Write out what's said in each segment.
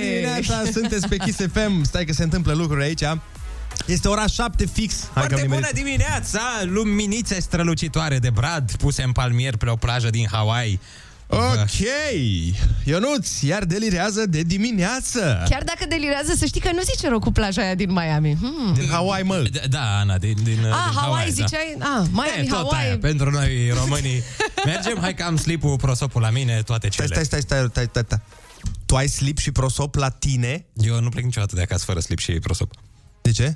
dimineața, sunteți pe Kiss FM, stai că se întâmplă lucruri aici. Este ora 7 fix. Hai că Foarte am bună nimerit. dimineața! Luminițe strălucitoare de brad puse în palmier pe o plajă din Hawaii. Ok, Ionuț, iar delirează de dimineață. Chiar dacă delirează, să știi că nu zice rău cu plaja aia din Miami. Hmm. Din Hawaii, mă. D- Da, Ana, din, din, din Ah, Hawaii, Hawaii da. ziceai? Ah, Miami, E, tot Hawaii. aia, pentru noi românii. Mergem, hai că am slipul, prosopul la mine, toate Stai, cele. stai, stai, stai, stai, stai, stai. Tu ai slip și prosop la tine? Eu nu plec niciodată de acasă fără slip și prosop. De ce?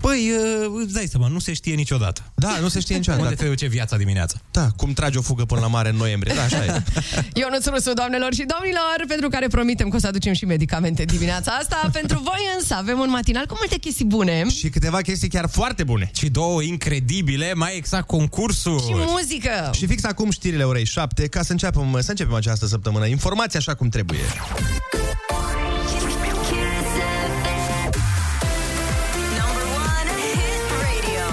Păi, uh, îți dai seama, nu se știe niciodată. Da, nu se știe niciodată. Unde te duce viața dimineața? Da, cum tragi o fugă până la mare în noiembrie. Da, așa e. Ionuț Rusu, doamnelor și domnilor, pentru care promitem că o să aducem și medicamente dimineața asta. Pentru voi însă avem un matinal cu multe chestii bune. și câteva chestii chiar foarte bune. Și două incredibile, mai exact concursul. Și muzică. Și fix acum știrile orei 7, ca să începem, să începem această săptămână. Informații așa cum trebuie. Kiss FM. Number one hit radio.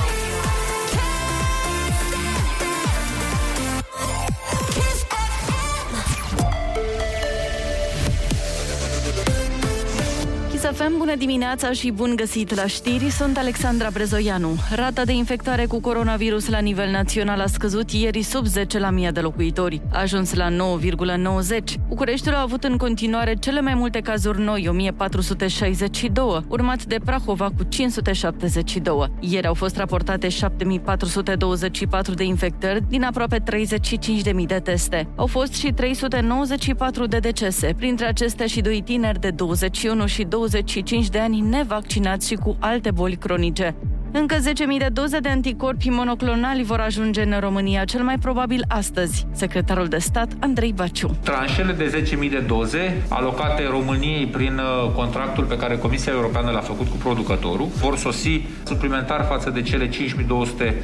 Kiss FM. Chisafem, bună dimineața și bun găsit la știri, sunt Alexandra Brezoianu. Rata de infectare cu coronavirus la nivel național a scăzut ieri sub 10 la 1000 de locuitori, a ajuns la 9,90. Bucureștiul a avut în continuare cele mai multe cazuri noi, 1462, urmat de Prahova cu 572. Ieri au fost raportate 7424 de infectări din aproape 35.000 de teste. Au fost și 394 de decese, printre acestea și doi tineri de 21 și 25 de ani nevaccinați și cu alte boli cronice. Încă 10.000 de doze de anticorpi monoclonali vor ajunge în România, cel mai probabil astăzi, secretarul de stat Andrei Baciu. Tranșele de 10.000 de doze alocate României prin uh, contractul pe care Comisia Europeană l-a făcut cu producătorul vor sosi suplimentar față de cele 5.200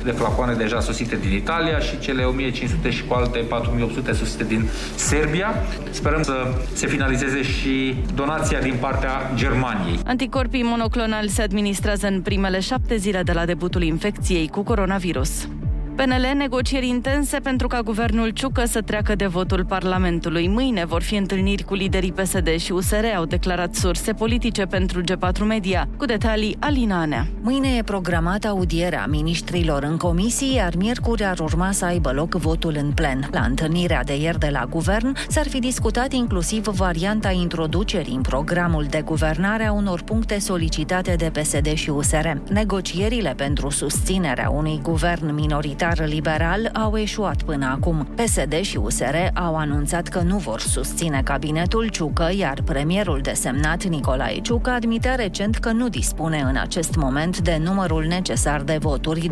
de flacoane deja sosite din Italia și cele 1.500 și cu alte 4.800 sosite din Serbia. Sperăm să se finalizeze și donația din partea Germaniei. Anticorpii monoclonali se administrează în primele șapte zile de la debutul infecției cu coronavirus. PNL negocieri intense pentru ca guvernul Ciucă să treacă de votul Parlamentului. Mâine vor fi întâlniri cu liderii PSD și USR, au declarat surse politice pentru G4 Media. Cu detalii, Alina Anea. Mâine e programată audierea ministrilor în comisii, iar miercuri ar urma să aibă loc votul în plen. La întâlnirea de ieri de la guvern s-ar fi discutat inclusiv varianta introducerii în programul de guvernare a unor puncte solicitate de PSD și USR. Negocierile pentru susținerea unui guvern minoritar liberal au eșuat până acum. PSD și USR au anunțat că nu vor susține cabinetul Ciucă, iar premierul desemnat Nicolae Ciucă admite recent că nu dispune în acest moment de numărul necesar de voturi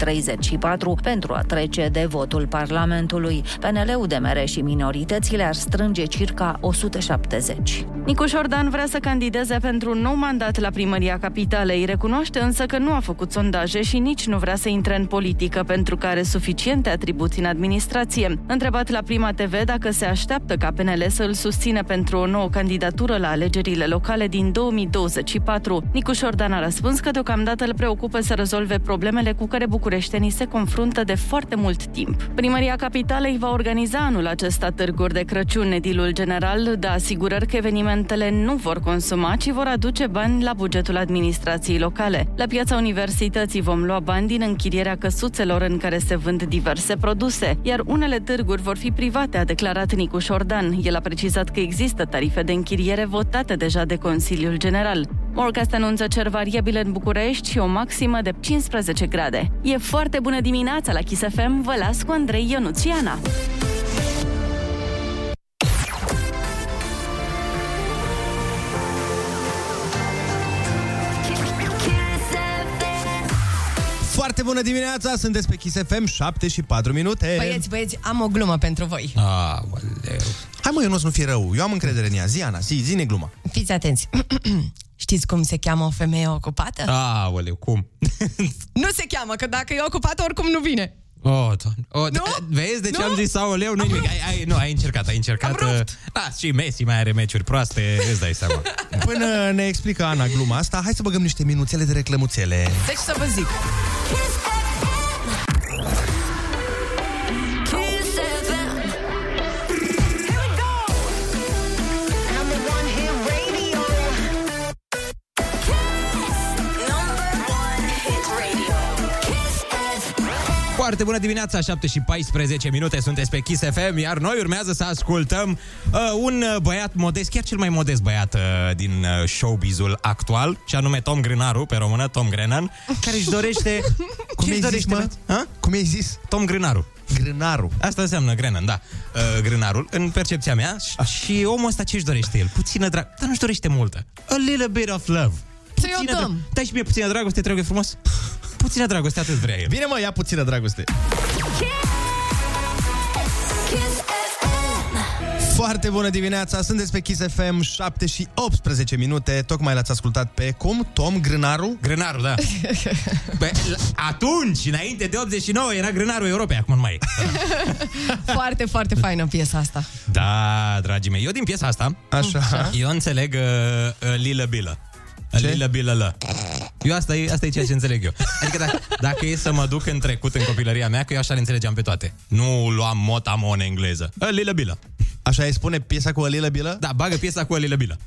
234 pentru a trece de votul Parlamentului. PNL, UDMR și minoritățile ar strânge circa 170. Nicu Șordan vrea să candideze pentru un nou mandat la primăria capitalei, recunoaște însă că nu a făcut sondaje și nici nu vrea să intre în politică pentru că are suficiente atribuții în administrație. Întrebat la Prima TV dacă se așteaptă ca PNL să îl susține pentru o nouă candidatură la alegerile locale din 2024, Nicu Șordan a răspuns că deocamdată îl preocupă să rezolve problemele cu care bucureștenii se confruntă de foarte mult timp. Primăria Capitalei va organiza anul acesta târguri de Crăciun. Edilul general dă asigurări că evenimentele nu vor consuma, ci vor aduce bani la bugetul administrației locale. La piața universității vom lua bani din închirierea căsuțelor în care se vând diverse produse, iar unele târguri vor fi private, a declarat Nicu Șordan. El a precizat că există tarife de închiriere votate deja de Consiliul General. Morcast anunță cer variabil în București și o maximă de 15 grade. E foarte bună dimineața la Kiss FM, vă las cu Andrei Ionuțiana. Kiss FM. Foarte bună dimineața, sunteți pe Kiss FM, 7 și 4 minute. Băieți, băieți, am o glumă pentru voi. Aoleu. Hai mă, eu nu fi rău, eu am încredere în ea. Zi, Ana, zi, zine gluma. Fiți atenți. Știți cum se cheamă o femeie ocupată? Aoleu, cum? Nu se cheamă, că dacă e ocupată, oricum nu vine. Oh, doamne. Oh, Nu? d- Vezi de ce Nu? am zis aoleu? Nu, Am nimic. rupt. Ai, ai, nu, ai încercat, ai încercat. Am uh, rupt. Da, și Messi mai are meciuri proaste, îți dai seama. Până ne explică Ana gluma asta, hai să băgăm niște minuțele de reclămuțele. Deci să vă zic. Kiss FM. Kiss FM. Here we go. Number one hit radio. Foarte bună dimineața, 7 și 14 minute, sunteți pe Kiss FM, iar noi urmează să ascultăm uh, un uh, băiat modest, chiar cel mai modest băiat uh, din uh, showbizul actual, și anume Tom Grânaru, pe română Tom Grenan, care își dorește... Cum ce își ai zis, dorește, mă? Ha? Cum ai zis? Tom Grânaru. Grânaru. Asta înseamnă Grenan, da. Uh, grânarul, în percepția mea. Și- Ah. Și omul ăsta ce-și dorește el? Puțină drag... Dar nu-și dorește multă. A little bit of love. Să-i o Puțină dăm. dra- Dai și mie puțină dragoste, te rog, e frumos. Puțină dragoste, atât vrea el. Bine, mă, ia puțină dragoste. Kiss FM. Foarte bună dimineața, sunteți pe Kiss FM 7 și 18 minute. Tocmai l-ați ascultat pe cum? Tom Grânaru? Grânarul, da. Bă, l- atunci, înainte de 89, era grânarul Europei, acum nu mai e. Foarte, foarte faină piesa asta. Da, dragii mei, eu din piesa asta, Așa. eu înțeleg uh, uh, Lilă Bilă. Uh, Ce? Lilă Bilă lă. Eu asta e, asta e ceea ce înțeleg eu. Adică dacă, dacă e să mă duc în trecut, în copilăria mea, că eu așa le înțelegeam pe toate. Nu luam mot am în engleză. Uh, Lilă Bilă. Așa îi spune piesa cu Alilă Bilă? Da, bagă piesa cu Lilă Bilă.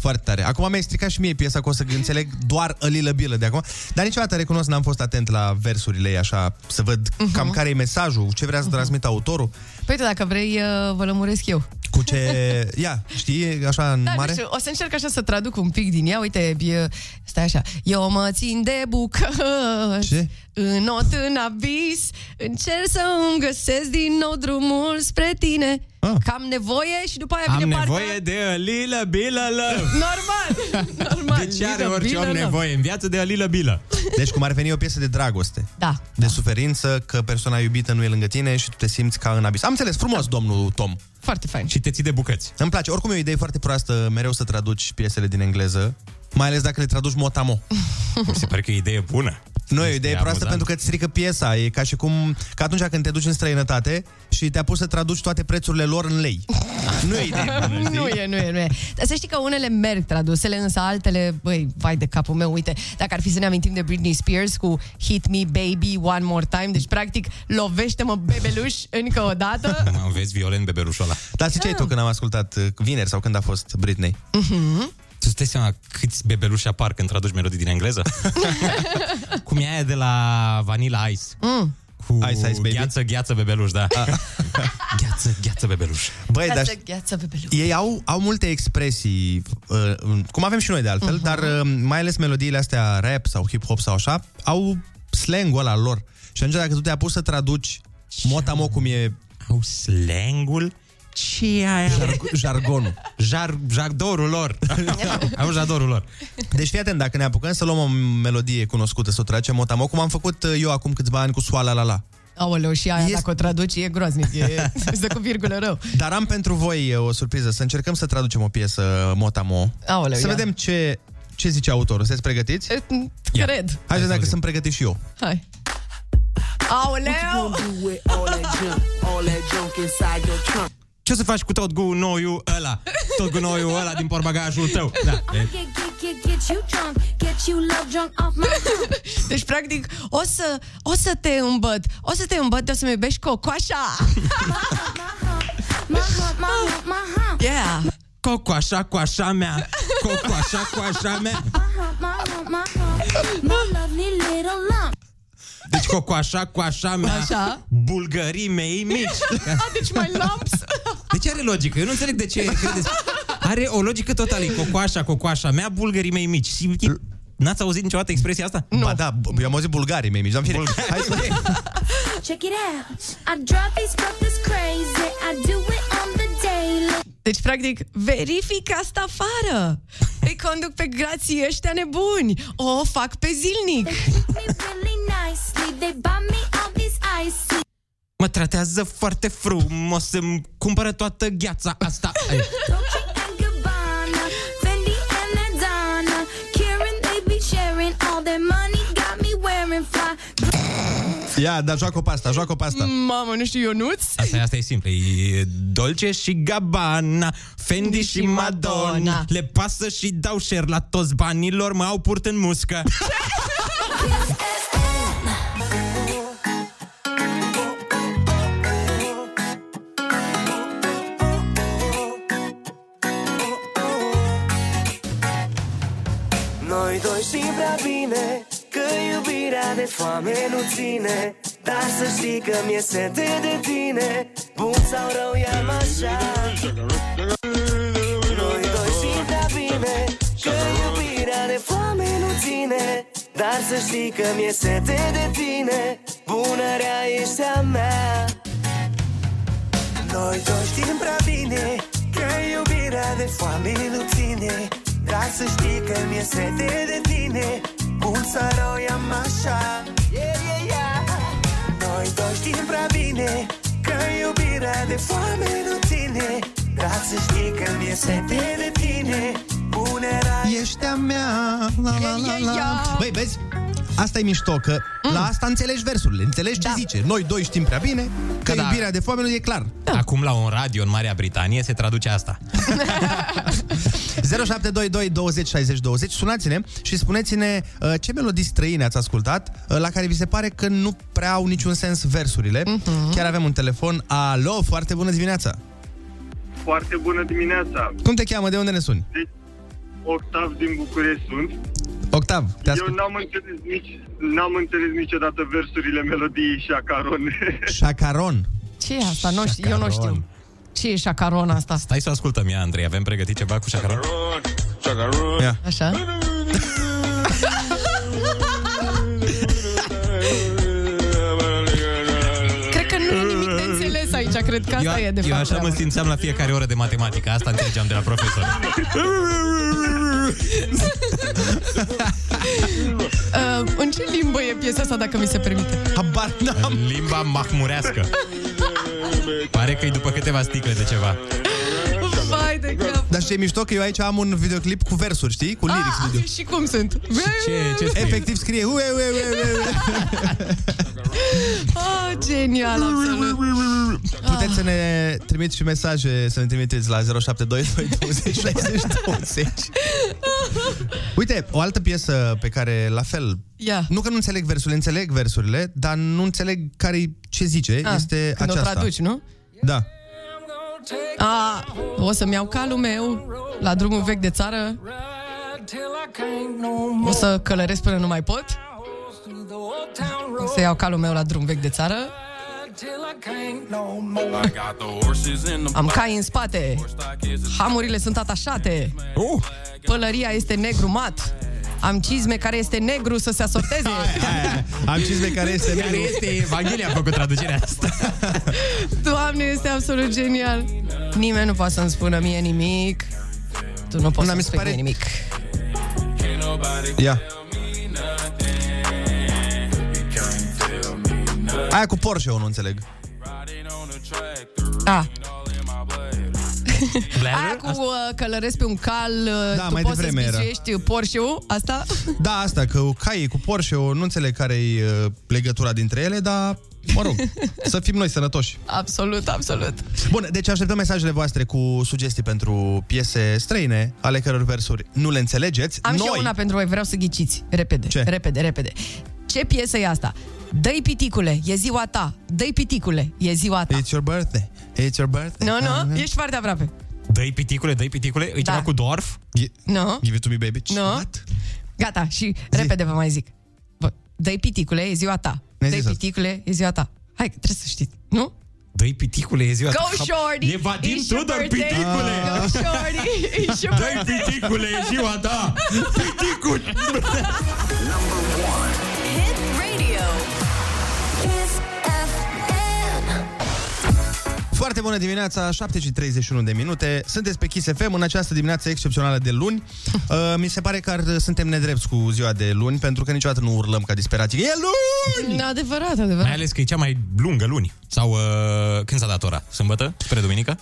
Foarte tare. Acum mi-ai stricat și mie piesa, că o să înțeleg doar Alilă Bilă de acum. Dar niciodată recunosc, n-am fost atent la versurile ei așa, să văd uh-huh. cam care e mesajul, ce vrea să transmită autorul, Păi uite, dacă vrei, uh, vă lămuresc eu. cu ce... Ia, știi, așa în Da, mare? nu știu, o să încerc așa să traduc un pic din ea. Uite, e- stai așa. Eu mă țin de bucăți. Ce? Înot în abis. Încerc să îmi găsesc din nou drumul spre tine. Ah. Că am nevoie și după aia Am vine nevoie partea... de uh, a Lilă Bilă lă. Normal, normal. De ce are Bilă, orice bilă, om lă. nevoie în viață de a Lilă Bilă? Deci cum ar veni o piesă de dragoste. Da. De suferință, că persoana iubită nu e lângă tine și tu te simți ca în abis. Am înțeles frumos, domnul Tom. Foarte fain. Și te ții de bucăți. Îmi place. Oricum e o idee foarte proastă mereu să traduci piesele din engleză, mai ales dacă le traduci motamo. Mi se pare că e o idee bună. Nu e o Este idee proastă amuzant. pentru că îți strică piesa. E ca și cum, ca atunci când te duci în străinătate și te-a pus să traduci toate prețurile lor în lei. nu e o idee bună, știi? Nu e, nu e, nu e. Dar să știi că unele merg tradusele, însă altele, băi, vai de capul meu, uite, dacă ar fi să ne amintim de Britney Spears cu Hit Me Baby One More Time, deci practic lovește-mă bebeluș încă o dată. Mă vezi violent bebelușul ăla. Dar ziceai tu când am ascultat uh, vineri sau când a fost Britney? Mm-hmm. Tu îți dai seama câți bebeluși apar când traduci melodii din engleză? Cum e aia de la Vanilla Ice. Mm. Cu Ice Ice Baby? gheață, gheață bebeluș, da. gheață, gheață bebeluș. Băi, dar Gheață, gheață, bebeluș. ei au, au multe expresii, uh, cum avem și noi de Mhm. altfel, uh-huh. dar uh, mai ales melodiile astea rap sau hip-hop sau așa, au slang-ul ăla lor. Și atunci dacă tu te-a pus să traduci motamo cum e Au slangul? Ce e aia? jar- jargonul. Jar, jardorul lor. Au jardorul lor. Deci fii atent, dacă ne apucăm să luăm o melodie cunoscută, să o tragem motamo, cum am făcut uh, eu acum câțiva ani cu Soala La La. Aoleu, și aia, Este- dacă o traduci, e groaznic, e îți dă cu virgulă rău. Dar am pentru voi uh, o surpriză, să încercăm să traducem o piesă motamo. Aoleu, să ia. vedem ce, ce zice autorul. Sunteți pregătiți? E, Ia. Cred. Hai să vedem dacă sunt pregătit și eu. Hai. Aoleu! do with all that junk, all that junk inside your trunk. Ce o să faci cu tot gunoiul ăla? Tot gunoiul ăla din porbagajul tău. Da. E, Get, get, get, get you drunk. Get you love drunk off my tongue. Deci, practic, o să, o să te îmbăt, o să te îmbăt, de o să-mi iubești cocoașa. My hump, my hump, my hump. Yeah! Cocoașa, coașa mea. Cocoașa, coașa mea. My hump, my hump, my hump. My lovely little lump. Deci cocoașa, coașa mea. Așa. Bulgării mei mici. A, deci mai lamps. De ce are logică? Eu nu înțeleg de ce credeți. Are o logică totală. E Cocoașa, cocoașa mea, bulgării mei mici. Și e- N-ați auzit niciodată expresia asta? Nu. Ba da, b- eu am auzit bulgarii mei mici, dar în fine. Hai să... Check it out. I drive these brothers crazy. I do it on the daily. Deci, practic, verific asta afară. Îi conduc pe grații ăștia nebuni. O fac pe zilnic. Treat me really nicely. They buy me all these ice Mă tratează foarte frumos, îmi cumpără toată gheața asta. Ai, Dolce and Gabbana, Fendi and Madonna, Karen, they be sharing all their money, got me wearing fly. Ia, dar joacă-o pe asta, joacă-o pe Mm. asta. Mamă, nu știu, Ionuț? Asta, e- asta e simplu. E Dolce și Gabbana, Fendi și Madonna. Madonna. Le pasă și dau share la toți banilor, mă au purt în muscă. Noi doi și prea bine Că iubirea de foame nu ține Dar să știi că mi-e sete de tine Bun sau rău, i-am așa Noi doi și da bine Că iubirea de foame nu ține Dar să știi că mi-e sete de tine Bună, rea, ești a mea noi doi știm prea bine Că iubirea de foame nu ține Dar să știi că mi-e sete de tine Cum să rău i-am așa yeah, yeah, yeah. Noi doi știm prea bine Că iubirea de foame nu ține Dar să știi că mi-e sete de tine Bună rai Ești a mea la, la, la, Ia, ia, ia. la. Băi, vezi? Asta e mișto, că mm. la asta înțelegi versurile, înțelegi da. Da. ce zice. Noi doi știm prea bine că da. da. iubirea de foame nu e clar. Acum la un radio în Marea Britanie se traduce asta. 0722 20 60 20 Sunați-ne și spuneți-ne uh, ce melodii străine ați ascultat uh, la care vi se pare că nu prea au niciun sens versurile. Mm-hmm. Chiar avem un telefon. Alo, foarte bună dimineața! Foarte bună dimineața! Cum te cheamă? De unde ne suni? Deci, Octav din București sunt. Octav, te Eu ascult. n-am înțeles, nici, n-am înțeles niciodată versurile melodiei și a Caron. Șacaron. Ce e asta? Nu știu, eu nu știu. Șacaron. Ce e șacarona asta? Stai să o ascultăm ea, Andrei. Avem pregătit ceva cu șacaron? Ia. Așa? Cred că nu e nimic de înțeles aici, cred că asta eu, e de fapt eu așa treaba. mă simțeam la fiecare oră de matematică. Asta înțelegeam de la profesor. Uh, în ce limbă e piesa asta, dacă mi se permite? Habar n-am. Limba mahmurească. Pare că e după câteva sticle de ceva. Vai de cap! Dar ce e mișto că eu aici am un videoclip cu versuri, știi? Cu lyrics video. Ah, și cum sunt? Ce, ce scrie? Efectiv scrie ue, ue, ue, ue, ue. Ah, genial, absolut! Puteți să ne trimiteți și mesaje Să ne trimiteți la 0722 20 60 20 Ah, Uite, o altă piesă pe care la fel Ia. Nu că nu înțeleg versurile, înțeleg versurile Dar nu înțeleg care ce zice Ah, Este când aceasta o traduci, nu? Da A, o să-mi iau calul meu la drumul vechi de țară. O să călăresc până nu mai pot. O să iau calul meu la drum vechi de țară. Am cai în spate. Hamurile sunt atașate. Uh, Pălăria este negru mat. Am cizme care este negru să se asorteze. Am cizme care este care este Evanghelia făcut traducerea asta? Doamne, este absolut genial. Nimeni nu poate să-mi spună mie nimic. Tu nu poți Una, să-mi mi se spui pare- mie nimic. Ia Aia cu Porsche eu nu înțeleg A, Aia cu uh, călăresc pe un cal, uh, Da, tu mai poți să devreme era. spisuiești Porsche-ul, asta? Da, asta, că caii cu Porsche, eu nu înțeleg care e uh, legătura dintre ele, dar, mă rog, să fim noi sănătoși. Absolut, absolut. Bun, deci așteptăm mesajele voastre cu sugestii pentru piese străine, ale căror versuri nu le înțelegeți. Am și noi, eu una pentru voi, vreau să ghiciți. Repede, Ce? repede, repede. Ce piesă e asta? Dă-i piticule, e ziua ta. Dă-i piticule, e ziua ta. It's your birthday. It's your birthday. Nu, nu, ești foarte aproape. Dă-i piticule, dă-i piticule. E ceva Da. cu Dorf? Nu? Give it to me, baby. Nu. Deci, What? Gata, și repede vă mai zic. Bă, Dă-i piticule, e ziua ta. Ne-ai Dă-i zis asta. piticule, e ziua ta. Hai, că trebuie să știți, nu? Dă-i piticule, e ziua ta. Go, shorty! E Vadim it's your Tudor, birthday. piticule! Go, shorty! It's your birthday! Dă-i piticule, e ziua ta. Piticul! Hit radio. Kiss FM. Foarte bună dimineața, 7:31 de minute. Sunteți pe Kiss FM în această dimineață excepțională de luni. Uh, mi se pare că ar, suntem nedrepti cu ziua de luni, pentru că niciodată nu urlăm ca disperații. E luni! Da, Adevărat, Mai adevărat. ales că e cea mai lungă luni. Sau uh, când s-a dat ora? Sâmbătă? Spre duminică?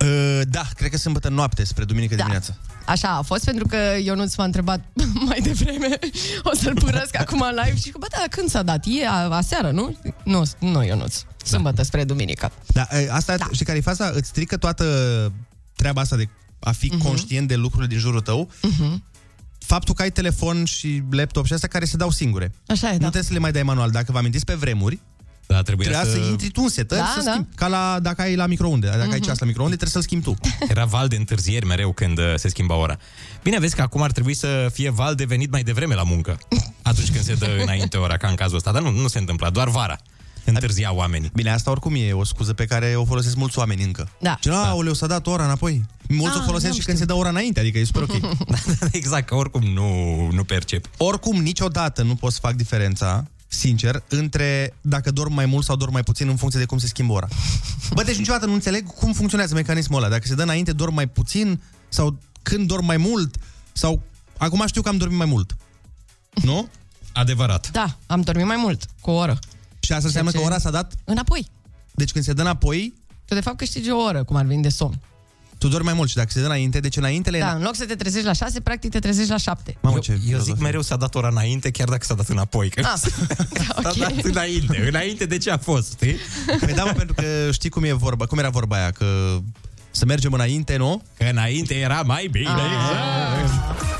Uh, da, cred că sâmbătă noapte spre duminică da. dimineață. Așa a fost pentru că Ionuț m-a întrebat mai devreme, o să-l părăsc acum live și cu bă, da, când s-a dat? E a, aseară, nu? Nu, nu Ionuț. Sâmbătă spre duminică. Da, uh, asta, da. știi care e faza? Îți strică toată treaba asta de a fi Mhm. uh-huh. conștient de lucrurile din jurul tău. Uh-huh. Faptul că ai telefon și laptop și astea care se dau singure. Așa e, Da. da. Nu trebuie să le mai dai manual. Dacă vă amintiți pe vremuri, Da, trebuie trebuia să... să intri tu în setări, Da, Mhm. să da. schimbi. Ca la, dacă ai la microunde, dacă uh-huh. ai ceas la microunde, trebuie să-l schimbi tu. Era val de întârzieri mereu când uh, se schimba ora. Bine, vezi că acum ar trebui să fie val de venit mai devreme la muncă. Atunci când se dă înainte ora, ca în cazul ăsta. Dar nu, nu se întâmplă, doar vara. întârzia oamenii. Bine, asta oricum e o scuză pe care o folosesc mulți oameni încă. Da. Ce, da. aoleu, s-a dat ora înapoi. Mulți Ah, o folosesc n-am și când se dă ora înainte, adică e super ok. exact, că oricum nu, nu percep. Oricum, niciodată nu pot să fac diferența sincer, între dacă dorm mai mult sau dorm mai puțin în funcție de cum se schimbă ora. Bă, deci niciodată nu înțeleg cum funcționează mecanismul ăla. Dacă se dă înainte, dorm mai puțin sau când dorm mai mult sau... Acum știu că am dormit mai mult. Nu? Adevărat. Da, am dormit mai mult, cu o oră. Și asta înseamnă ce- că ora s-a dat? Înapoi. Deci când se dă înapoi, Tu de fapt câștigi o oră, cum ar veni de somn. tu dormi mai mult și dacă se dă înainte, deci înaintele... Da, în loc să te trezești la 6, practic te trezești la 7. Mamă, ce Eu zic mereu s-a dat ora înainte, chiar dacă s-a dat înapoi. Că Ah, S-a dat înainte. Înainte de ce a fost, știi? Păi da, mă, pentru că știi cum e vorba, cum era vorba aia, că să mergem înainte, nu? Că înainte era mai bine. exact. Ah.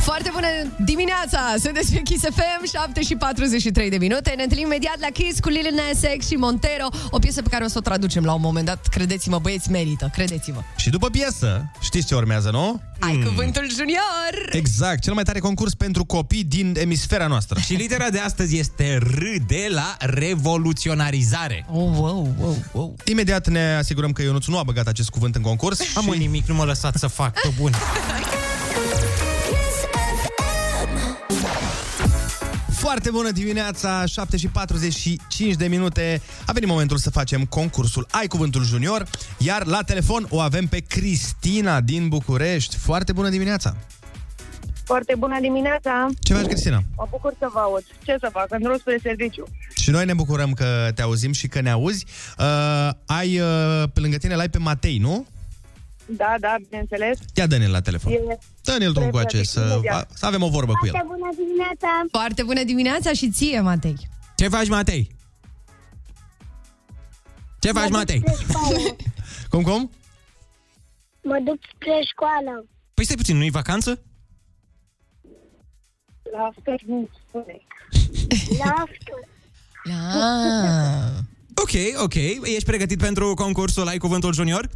Foarte bună dimineața! Sunteți pe Kiss FM, 7 și 43 de minute. Ne întâlnim imediat la Kiss cu Lil Nas X și Montero, o piesă pe care o să o traducem la un moment dat. Credeți-mă, băieți, merită, credeți-vă. Și după piesă, știți ce urmează, nu? Hmm. Ai cuvântul junior! Exact, cel mai tare concurs pentru copii din emisfera noastră. Și litera de astăzi este R de la revoluționarizare. Oh, wow, wow, wow. Imediat ne asigurăm că Ionuț nu a băgat acest cuvânt în concurs. Am și... nimic, nu mă lăsați să fac, pe bun. Foarte bună dimineața, 7 și 45 de minute. A venit momentul să facem concursul Ai Cuvântul Junior, iar la telefon o avem pe Cristina din București. Foarte bună dimineața! Foarte bună dimineața! Ce faci, Cristina? Mă bucur să vă aud. Ce să fac? În drum spre serviciu. Și noi ne bucurăm că te auzim și că ne auzi. Uh, ai, uh, pe lângă tine, l-ai pe Matei, nu? Da, da, bineînțeles. Ia dă-ne la telefon. E- Dă-ne-l drum cu Trebuie acest, să, imediat. să avem o vorbă cu el. bună dimineața! Foarte bună dimineața și ție, Matei! Ce faci, Matei? Ce faci, Matei? Cum, cum? Mă duc spre școală. Păi stai puțin, nu-i vacanță? La fel nu spune. La fel. Ah. Ok, ok. Ești pregătit pentru concursul Ai Cuvântul Junior?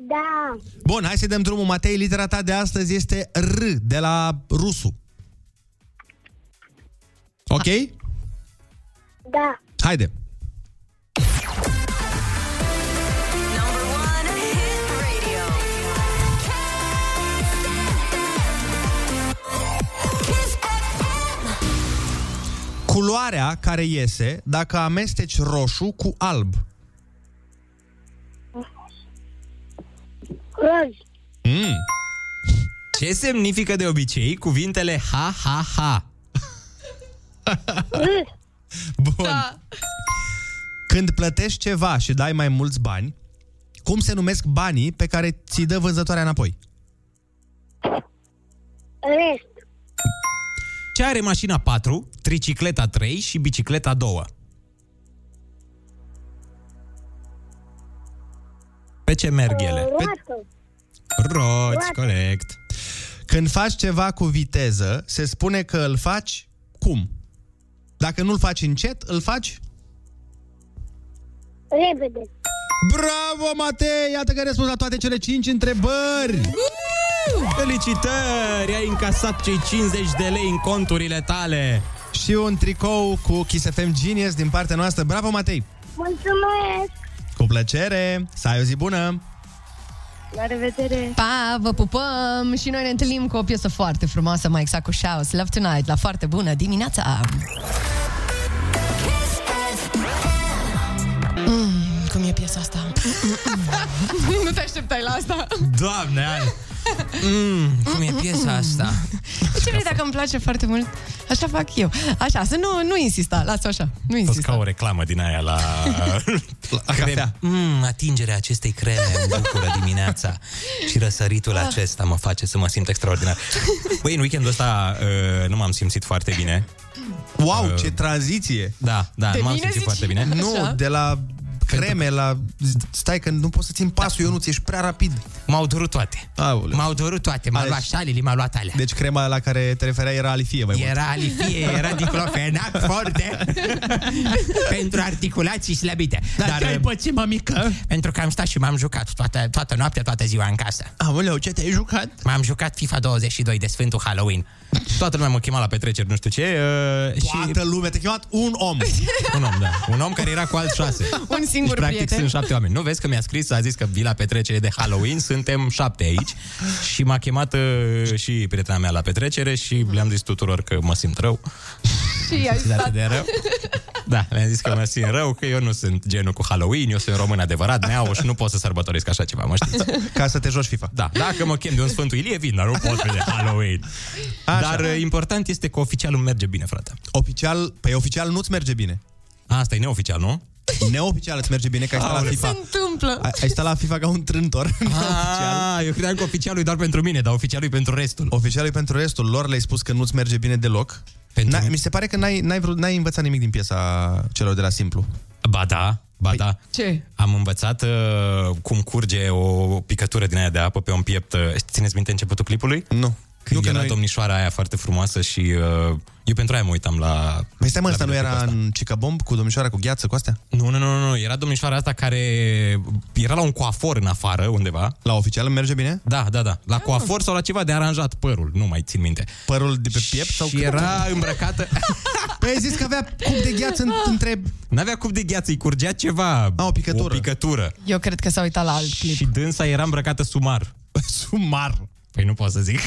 Da. Bun, hai să dăm drumul, Matei. Litera ta de astăzi este R, de la rusu. Ok? Da. Haide. Culoarea care iese dacă amesteci roșu cu alb. Roz. Mm. Ce semnifică de obicei cuvintele ha-ha-ha? Bun. Când plătești ceva și dai mai mulți bani, cum se numesc banii pe care ți dă vânzătoarea înapoi? Rest. Ce are mașina 4, tricicleta 3 și bicicleta 2? Pe ce merg ele? Roată. Roți, corect. Când faci ceva cu viteză, se spune că îl faci cum? Dacă nu-l faci încet, îl faci? Repede. Bravo, Matei! Iată că ai răspuns la toate cele 5 întrebări! Felicitări! Ai încasat cei 50 de lei în conturile tale. Și un tricou cu Kiss FM Genius din partea noastră. Bravo, Matei! Mulțumesc. Cu plăcere! Să ai o zi bună! La revedere. Pa, vă pupăm și noi ne întâlnim cu o piesă foarte frumoasă, mai exact cu Shouse, Love Tonight, la foarte bună dimineața! Mm, cum e piesa asta? nu te așteptai la asta? Doamne, Ani! Mm, cum e piesa asta? Ce vrei dacă îmi place foarte mult? Așa fac eu. Așa, să nu, nu insista, lasă așa, nu A fost insista. ca o reclamă din aia la... La cafea. Mm, atingerea acestei creme îmi bucură dimineața și răsăritul Ah. acesta mă face să mă simt extraordinar. Băi, în weekendul ăsta uh, nu m-am simțit foarte bine. Wow, ce tranziție! Da, da, De nu m-am mine simțit zici? foarte bine. Așa. Nu, de la creme, la... Stai că nu pot să țin pasul, eu nu ești prea rapid. Da. M-au durut toate. Aoleu. M-au durut toate, m-au luat șalele, m-au luat alea. Deci crema la care te refereai era alifie mai mult. Era alifie, era diclofenac forte pentru articulații slăbite. Da, Dar ce ai pățit, mămică? Pentru că am stat și m-am jucat toată, toată noaptea, toată ziua în casă. Aoleu, ce te-ai jucat? M-am jucat FIFA 22 de Sfântul Halloween. Toată lumea m-a chemat la petreceri, nu știu ce. Uh, Toată și... lumea te-a chemat un om. un om, da. Un om care era cu alți șase. Un singur deci, practic, prieten. sunt șapte oameni. Nu vezi că mi-a scris, a zis că vii la petrecere de Halloween, suntem șapte aici. Și m-a chemat uh, și prietena mea la petrecere și le-am zis tuturor că mă simt rău. Și ai Sunt atât stat. de rău. Da, le-am zis că mă simt rău, că eu nu sunt genul cu Halloween, eu sunt român adevărat, neau și nu pot să sărbătoresc așa ceva, mă știți. Ca să te joci FIFA. Da, dacă mă chem de un Sfântul Ilie, vin, dar nu pot fi de Halloween. Așa. Dar uh, important este că oficialul merge bine, frate. Oficial, păi oficial nu-ți merge bine. Asta e neoficial, nu? Neoficial îți merge bine că ai stat la Aoleu. FIFA. Se întâmplă. Ai, ai stat la FIFA ca un trântor. Ah, eu credeam că oficialul e doar pentru mine, dar oficialul e pentru restul. Oficialul e pentru restul. Lor le-ai spus că nu-ți merge bine deloc. Pentru... Mi se pare că n-ai, n-ai, vrut, n-ai învățat nimic din piesa celor de la Simplu. Păi Ba da, ba da. Ce? Am învățat uh, cum curge o picătură din aia de apă pe un piept. Uh, Țineți minte începutul clipului? Nu. Când nu că era noi- domnișoara aia foarte frumoasă și uh, eu pentru aia mă uitam la... Păi stai mă, la ăsta nu videoclipul era ăsta. în Cicabomb cu domnișoara cu gheață, cu astea? Nu, nu, nu, nu, nu, era domnișoara asta care era la un coafor în afară, undeva. La oficial merge bine? Ah. Da, da, da. La coafor sau la ceva de aranjat părul, nu mai țin minte. Părul de pe piept? Sau și era îmbrăcată... Păi ai zis că avea cup de gheață în, între... N-avea cup de gheață, îi curgea ceva. A, o picătură. O picătură. Eu cred că s-a uitat la alt clip. Și dânsa era îmbrăcată sumar. Sumar. Păi nu pot să zic.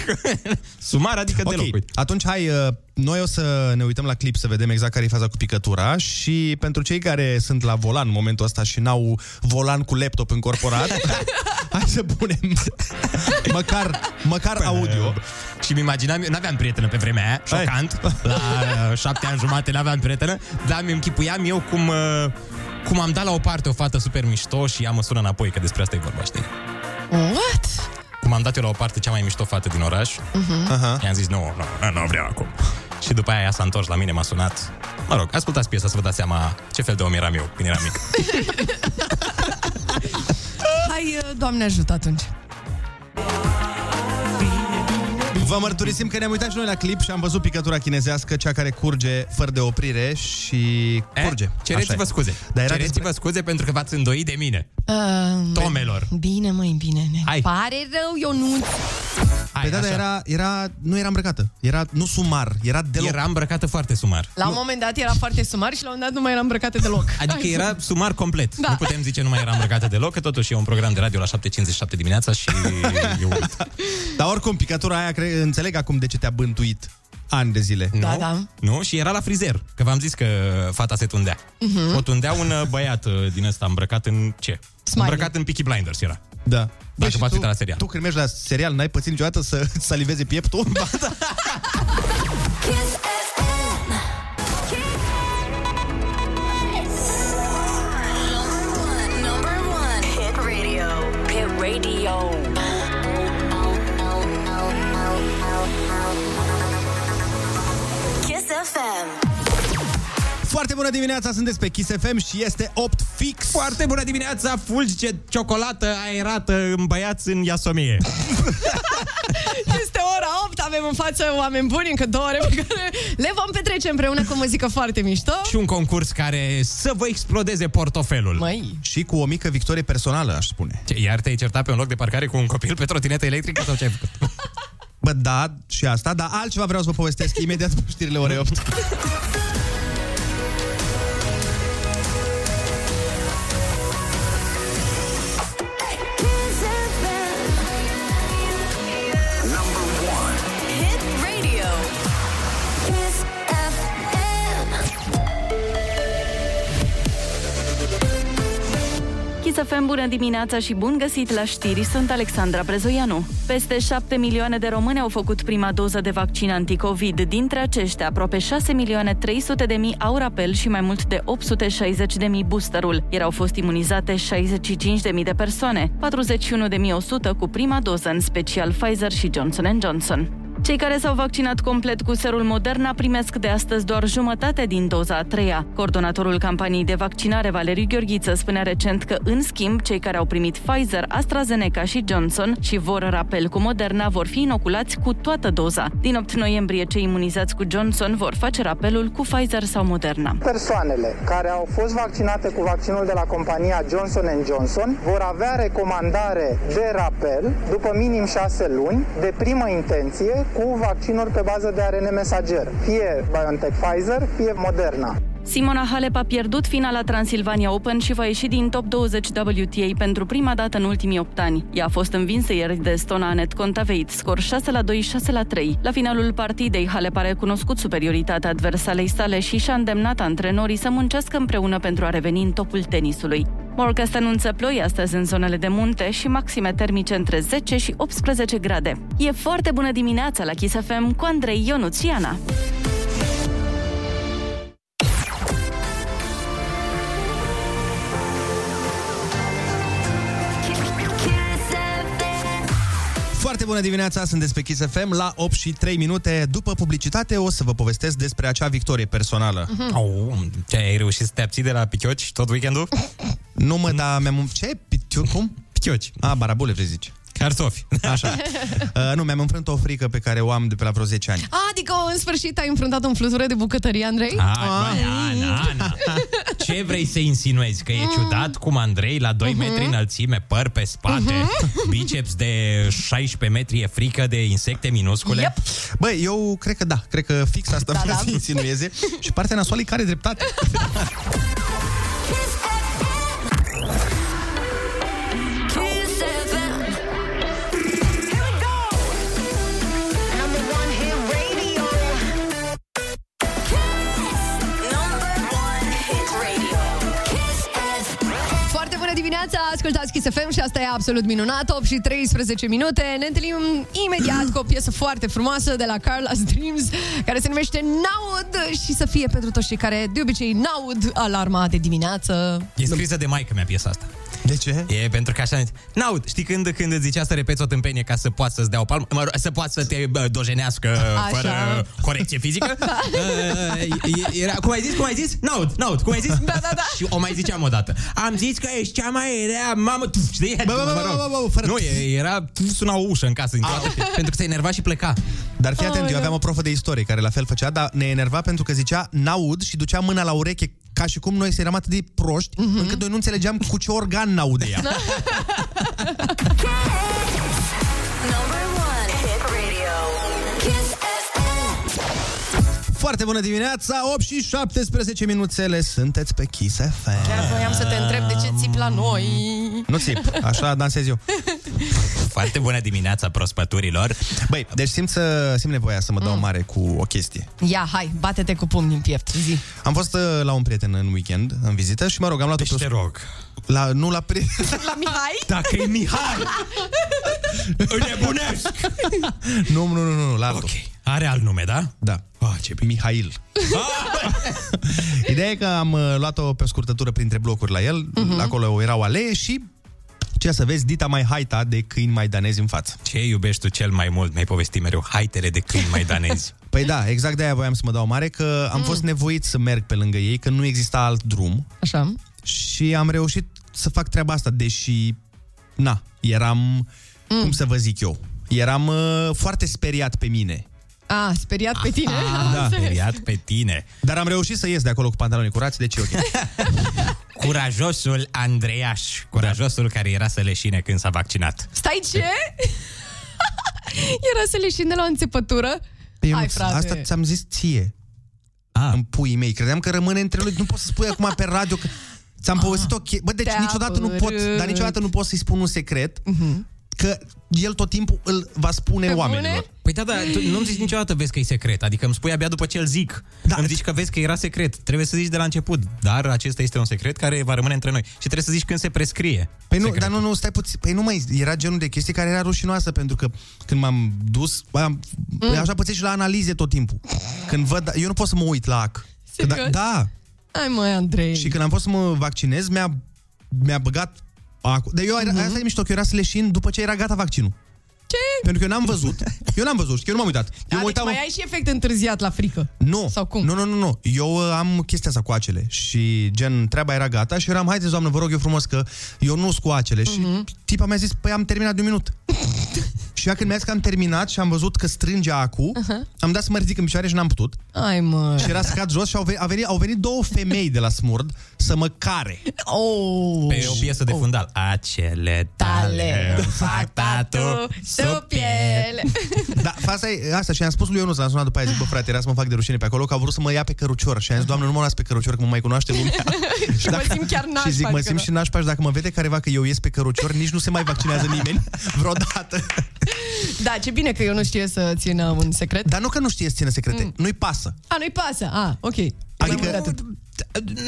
sumar adică Ok, okay. deloc. Uite. atunci hai, uh, noi o să ne uităm la clip să vedem exact care e faza cu picătura și pentru cei care sunt la volan în momentul ăsta și n-au volan cu laptop încorporat, hai să punem măcar, Păi măcar audio. Ehm, Și mi imaginam, eu n-aveam prietenă pe vremea aia, șocant, la uh, șapte ani jumate n-aveam prietenă, dar mi închipuiam eu cum, uh, cum am dat la o parte o fată super mișto și ea mă sună înapoi, că despre asta e vorba, știi? What? Cum am dat eu la o parte cea mai mișto fată din oraș, Mhm. uh-huh. i-am zis, nu, nu, nu, nu vreau acum. Și după aia ea s-a întors la mine, m-a sunat. Mă rog, ascultați piesa să vă dați seama ce fel de om eram eu când eram mic. Hai, uh, Doamne ajută atunci. Vă mărturisim că ne-am uitat și noi la clip și am văzut picătura chinezească, cea care curge fără de oprire și curge. Eh? Cereți-vă Așa e. scuze. Dar era Cereți-vă scuze pentru că v-ați îndoit de mine. Uh, Tomelor. Bine, măi, bine. Ne Hai. pare rău, eu nu... Hai, da, da, era, era, nu era îmbrăcată. Era nu sumar, era deloc. Era îmbrăcată foarte sumar. La un moment dat era foarte sumar și la un moment dat nu mai era îmbrăcată deloc. Adică Hai era sumar complet. Da. Da. Nu putem zice nu mai era îmbrăcată deloc, că totuși e un program de radio la 7.57 dimineața și eu uit. Dar oricum, picătura aia, cre- înțeleg acum de ce te-a bântuit ani de zile. Da, da. Nu? Și era la frizer, că v-am zis că fata se tundea. Mhm. Ừ Mm? Uh-huh. O tundea un uh, băiat uh, din ăsta îmbrăcat în ce? Smiley. Îmbrăcat în Peaky Blinders era. Da. Dacă și v-ați tu- uitat la serial. Tu când mergi la serial, n-ai pățit niciodată să îți saliveze pieptul? Ba, da. Number one. Hit radio. Hit radio. Kiss FM. Foarte bună dimineața, sunteți pe Kiss FM și este 8 fix. Foarte bună dimineața, fulge ciocolată aerată îmbăiați în iasomie. Este ora 8, avem în față oameni buni, încă două ore pe care le vom petrece împreună cu muzică foarte mișto. și un concurs care să vă explodeze portofelul. Măi. Și cu o mică victorie personală, aș spune. Ce, iar te-ai certat pe un loc de parcare cu un copil pe trotinetă electrică sau ce ai făcut? Bă, da, și asta, dar altceva vreau să vă povestesc imediat după știrile orei 8. Number one. Hit radio. Kiss FM. Chisafem, bună dimineața și bun găsit la știri, sunt Alexandra Prezoianu. Peste 7 milioane de români au făcut prima doză de vaccin anticovid. Dintre aceștia, aproape 6 milioane 300 de mii au rapel și mai mult de 860 de mii boosterul, iar au fost imunizate 65 de mii de persoane, 41 de mii 100 cu prima doză, în special Pfizer și Johnson Johnson. Cei care s-au vaccinat complet cu serul Moderna primesc de astăzi doar jumătate din doza a treia. Coordonatorul campaniei de vaccinare, Valeriu Gheorghiță, spunea recent că, în schimb, cei care au primit Pfizer, AstraZeneca și Johnson și vor rapel cu Moderna vor fi inoculați cu toată doza. Din 8 noiembrie, cei imunizați cu Johnson vor face rapelul cu Pfizer sau Moderna. Persoanele care au fost vaccinate cu vaccinul de la compania Johnson Johnson vor avea recomandare de rapel după minim 6 luni de primă intenție cu vaccinuri pe bază de ARN mesager, fie BioNTech Pfizer, fie Moderna. Simona Halep a pierdut finala Transilvania Open și va ieși din top 20 WTA pentru prima dată în ultimii 8 ani. Ea a fost învinsă ieri de stona Anet Contaveit, scor 6 la 2, 6 la 3. La finalul partidei, Halep a recunoscut superioritatea adversalei sale și și-a îndemnat antrenorii să muncească împreună pentru a reveni în topul tenisului. Morcast anunță ploi astăzi în zonele de munte și maxime termice între 10 și 18 grade. E foarte bună dimineața la Kiss FM cu Andrei Ionuț și Ana. Foarte bună dimineața, sunt pe Kiss FM la 8 și 3 minute. După publicitate o să vă povestesc despre acea victorie personală. Mhm. Au, ce, ai reușit să te abții de la pichioci tot weekendul? Nu mă, dar mi-am... Ce? Pichio, cum? Pichioci. A, barabule, vrei să zici. Cartofi. Așa. Uh, nu, mi-am înfrânt o frică pe care o am de pe la vreo 10 ani. A, adică, în sfârșit, ai înfruntat un flutură de bucătărie, Andrei? Hai, băi, Ana, Ana. Ce vrei să insinuezi? Că e ciudat cum Andrei la 2 metri înălțime, păr pe spate, biceps de 16 metri, e frică de insecte minuscule? Yep. Băi, eu cred că da, cred că fix asta Da, da, vrea da. să insinueze. Și partea nasoală e care are dreptate. Foarte bună dimineața, ascultați Kiss FM și asta e absolut minunat, 8 și 13 minute. Ne întâlnim imediat cu o piesă foarte frumoasă de la Carla's Dreams, care se numește Naud și să fie pentru toți cei care de obicei naud alarma de dimineață. E scrisă de maică mea piesa asta. De ce? E pentru că așa... N-aud, știi când, când îți zice asta, repeți o tâmpenie ca să poată să-ți dea o palmă, mă rog, să poată să te bă, dojenească Așa. fără corecție fizică? Uh, Era, cum ai zis, cum ai zis? N-aud, n-aud, cum ai zis? Da, da, da. Și o mai ziceam o dată. Am zis că ești cea mai rea mamă, tu, știi? Bă, bă, bă, bă, bă, bă, fără- Ah. Nu, e- era, suna o ușă în casă, din toate, pentru că se enerva și pleca. Dar fii atent, eu aveam o profă de istorie care la fel făcea, dar ne enerva pentru că zicea n-aud și ducea mâna la ureche ca și cum noi să eram atât de proști, Mhm. mm-hmm. încât noi nu înțelegeam cu ce organ n-aude ea. Foarte bună dimineața, 8 și 17 minuțele, sunteți pe Kiss FM. Chiar voiam să te întreb de ce țipi la noi. Nu țip, așa dansez eu. Foarte bună dimineața, prospăturilor. Mm. Băi, deci simt, să, simt nevoia să mă dau mare cu o chestie. Ia, hai, bate-te cu pumni în piept, zi. Am fost uh, la un prieten în weekend, în vizită, și mă rog, am luat deci o te rog. La, nu la prieten. La Mihai? Dacă e Mihai! Înnebunesc! nu, nu, nu, nu, la altul. Are alt nume, da? Da. Oh, ce bine. Mihail. Ideea e că am uh, luat-o pe scurtătură printre blocuri la el, uh-huh. acolo erau alee și ce să vezi, dita mai haita de câini mai danezi în față. Ce iubești tu cel mai mult? Mi-ai povestit mereu haitele de câini maidanezi. Păi da, exact de aia voiam să mă dau mare, că am mm. fost nevoit să merg pe lângă ei, că nu exista alt drum Așa. și am reușit să fac treaba asta, deși, na, eram, mm. cum să vă zic eu, eram uh, foarte speriat pe mine. A, speriat pe tine. da, speriat pe tine. Dar am reușit să ies de acolo cu pantalonii curați, deci e ok. Curajosul Andreiaș, curajosul care era să leșine când s-a vaccinat. Stai ce? Era să leșin de la o înțepătură. Hai, Păi, Ionuț, frate. Asta ți-am zis ție. A. În puii mei. Credeam că rămâne între noi. Nu pot să spui acum pe radio că... Ți-am povestit o chestie. Bă, deci Te-a niciodată nu pot, părât. dar niciodată nu pot să-i spun un secret, că el tot timpul îl va spune Pe oamenilor. bune? Păi da, da, tu nu-mi zici niciodată vezi că e secret, adică îmi spui abia după ce îl zic. Da. Îmi zici că vezi că era secret, trebuie să zici de la început, dar acesta este un secret care va rămâne între noi și trebuie să zici când se prescrie. Păi nu, dar nu, nu, stai puțin. Păi nu mai, era genul de chestie care era rușinoasă, pentru că când m-am dus, bă, am, mm. așa pățesc și la analize tot timpul. Când văd, eu nu pot să mă uit la ac. Că Da, Serios? da, Hai măi, Andrei. Și când am fost să mă vaccinez, mi-a, mi-a băgat acul. Dar eu, mm-hmm. asta e mișto, că eu era să leșin după ce era gata vaccinul. Ce? Pentru că eu n-am văzut. Eu n-am văzut, știi, eu nu m-am uitat. Eu mă Deci uitam mai ai și efect întârziat la frică. Nu. Sau cum? Nu, nu, nu, nu. Eu uh, am chestia asta cu acele și gen treaba era gata și eu eram, haideți doamnă, vă rog eu frumos că eu nu cu acele și Mhm. tipa mi-a zis, păi am terminat de un minut. și ea când mi-a zis că am terminat și am văzut că strângea acu, Uh-huh. am dat să mă ridic în picioare și n-am putut. Ai mă. Și era scat jos și au venit, au venit, au venit două femei de la Smurd să mă care. Oh. Pe o piesă de fundal. Acele tale îmi fac tatu sub piele. Da, asta, e, asta și am spus lui Ionuț, l-am sunat după aia, zic, bă frate, era să mă fac de rușine pe acolo, că au vrut să mă ia pe cărucior și am zis, doamne, nu mă las pe cărucior, că mă mai cunoaște lumea. și mă simt chiar nașpa. și zic, mă adică simt nu- și nașpa și dacă mă vede careva că eu ies pe cărucior, nici nu se mai vaccinează nimeni vreodată. Da, ce bine că eu nu știe să țină un secret. Dar nu că nu știe să țină secrete, mm. nu-i pasă. A, nu-i pasă. A, ok. Adică...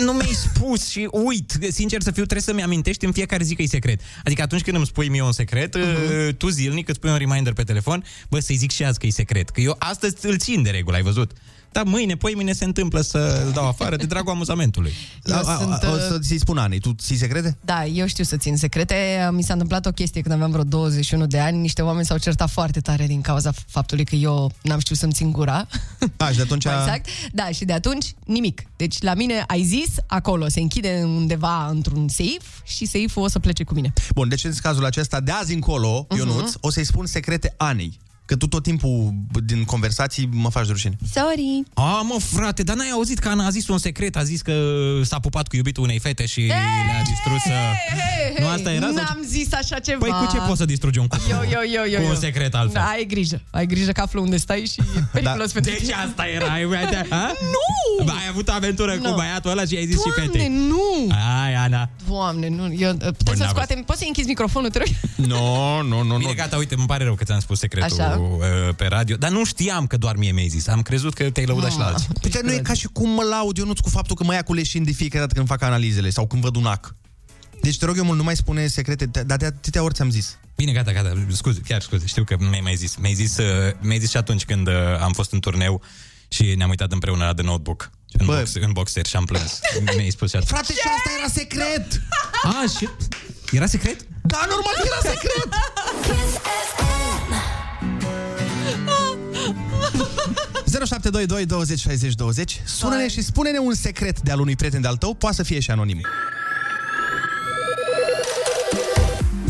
nu mi-ai spus și uit, sincer să fiu, trebuie să-mi amintești în fiecare zi că e secret. Adică atunci când îmi spui mie un secret, Mhm. uh-huh. tu zilnic îți pui un reminder pe telefon, bă, să-i zic și azi că e secret, că eu astăzi îl țin de regulă, ai văzut? Dar mâine, poi mâine se întâmplă să îl dau afară de dragul amuzamentului. Eu sunt, uh, o să ți-i spun Anei, tu ții secrete? Da, eu știu să țin secrete. Mi s-a întâmplat o chestie când aveam vreo 21 de ani. Niște oameni s-au certat foarte tare din cauza f- faptului că eu n-am știut să-mi țin gura. A, și de atunci... Exact. Da, și de atunci nimic. Deci la mine ai zis, acolo se închide undeva într-un safe și safe-ul o să plece cu mine. Bun, deci în cazul acesta, de azi încolo, Mhm. uh-huh. Ionuț, o să-i spun secrete Anei. Că tu tot timpul din conversații mă faci de rușine. Sorry. A, mă, frate, dar n-ai auzit că Ana a zis un secret, a zis că s-a pupat cu iubitul unei fete și le-a distrus... uh, Hei, hei, Nu, asta era? sau ce? N-am zis așa ceva. Păi cu ce poți să distrugi un cuplu? Eu, eu, eu, eu. Cu un eu. secret altfel. Da, ai grijă. Ai grijă că află unde stai și e periculos da. pentru Deci tine. asta era. Ai, ai, ai, Nu! ai avut aventură Nu. cu băiatul ăla și ai zis și Doamne, fetei. nu! Ai, Ana. Doamne, nu. Eu, putem să n-aveți. scoatem, poți să închizi microfonul, te rog? Nu, nu, nu. Bine, gata, uite, îmi pare rău că ți-am spus secretul Așa. uh, pe radio. Dar nu știam că doar mie mi-ai zis. Am crezut că te-ai lăudat și Ah, la alții. Păi, dar nu e ca și cum mă laud Ionuț cu faptul că mă ia cu leșin de fiecare dată când fac analizele sau când văd un ac. Deci te rog eu mult, nu mai spune secrete, te- dar de atâtea ori ți-am zis. Bine, gata, gata, scuze, chiar scuze, știu că mi-ai mai zis. Mi-ai zis, uh, mi-ai zis și atunci când uh, am fost în turneu și ne-am uitat împreună la The Notebook. În, box, în boxer și am plâns. Mi-ai spus și atunci. Frate, și asta era secret! A, și... Era secret? Da, normal că era secret! FM 0722 20 60 20 Sună-ne și spune-ne un secret de-al unui prieten de-al tău Poate să fie și anonim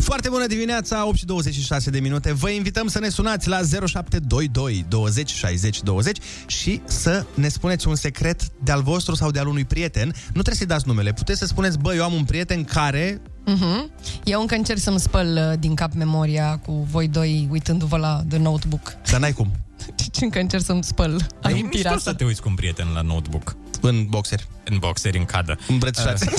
Foarte bună dimineața, 8 și 26 de minute Vă invităm să ne sunați la 0722 20 60 20 Și să ne spuneți un secret de-al vostru sau de-al unui prieten Nu trebuie să-i dați numele Puteți să spuneți, bă, eu am un prieten care Mhm. Eu încă încerc să-mi spăl uh, din cap memoria cu voi doi uitându-vă la The Notebook. Dar n-ai cum Deci încă încerc să-mi spăl Ai amintirea mișto să asta. te uiți cu un prieten la notebook. În boxeri. În boxeri, în cadă. Uh, Îmbrățișați.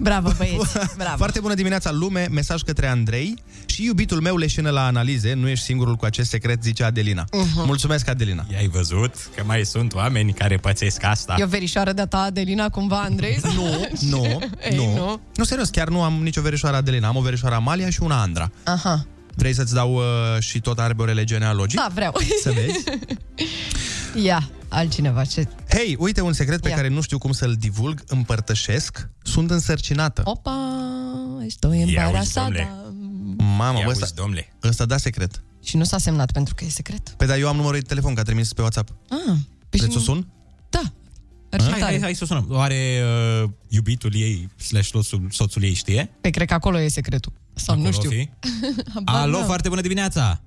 Bravo, băieți. Bravo. Foarte bună dimineața, lume, mesaj către Andrei și iubitul meu leșină la analize, nu ești singurul cu acest secret, zice Adelina. Uh-huh. Mulțumesc, Adelina. Ai văzut că mai sunt oameni care pățesc asta? E o verișoară de-a ta, Adelina, cumva, Andrei? Da. Nu, nu, Ei, nu. nu. Nu, serios, chiar nu am nicio verișoară Adelina, am o verișoară Amalia și una Andra. Aha. Vrei să-ți dau uh, și tot arborele genealogic? Da, vreau. Să vezi. Ia, altcineva. Ce... Hei, uite un secret pe Ia. care nu știu cum să-l divulg, împărtășesc, sunt însărcinată. Opa, estoy embarasada. Mamă, Ia bă, uzi, ăsta, domnule. ăsta da secret. Și nu s-a semnat pentru că e secret. Păi da, eu am numărul de telefon, că a trimis pe WhatsApp. Ah, Da, pe Vreți să sun? Hai, hai, hai să sunăm. Oare uh, iubitul ei slash soțul, soțul ei știe? Pe Păi, cred că acolo e secretul. Sau Acolo nu știu. da. fi? Habar Alo, n-am. foarte bună dimineața!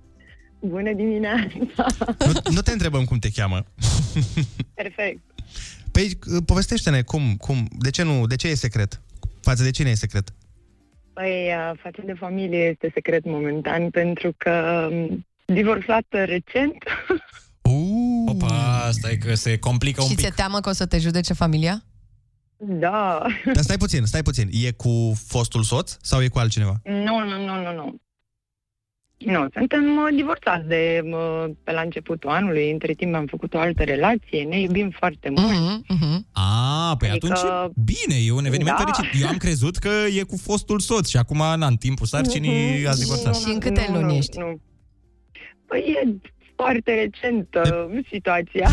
Bună dimineața! Nu, nu te întrebăm cum te cheamă. Perfect. Păi, povestește-ne cum, cum, de ce nu, de ce e secret? Față de cine e secret? Păi, a, față de familie este secret momentan pentru că m, divorțată recent. Uh. Opa, stai că se complică un Și pic. ți-e teamă că o să te judece familia? Da. Dar stai puțin, stai puțin. E cu fostul soț sau e cu altcineva? Nu, nu, nu, nu, nu. Nu, suntem uh, divorțați de uh, pe la începutul anului, între timp am făcut o altă relație, ne iubim foarte mult. Mm-hmm, mm-hmm. A, păi Adică- atunci, bine, e un eveniment Da. fericit. Eu am crezut că e cu fostul soț și acum, na, în timpul sarcinii, ați divorțat. Mhm. Și în câte Mhm. nu, luni nu, ești? Nu. Păi e foarte recentă situația.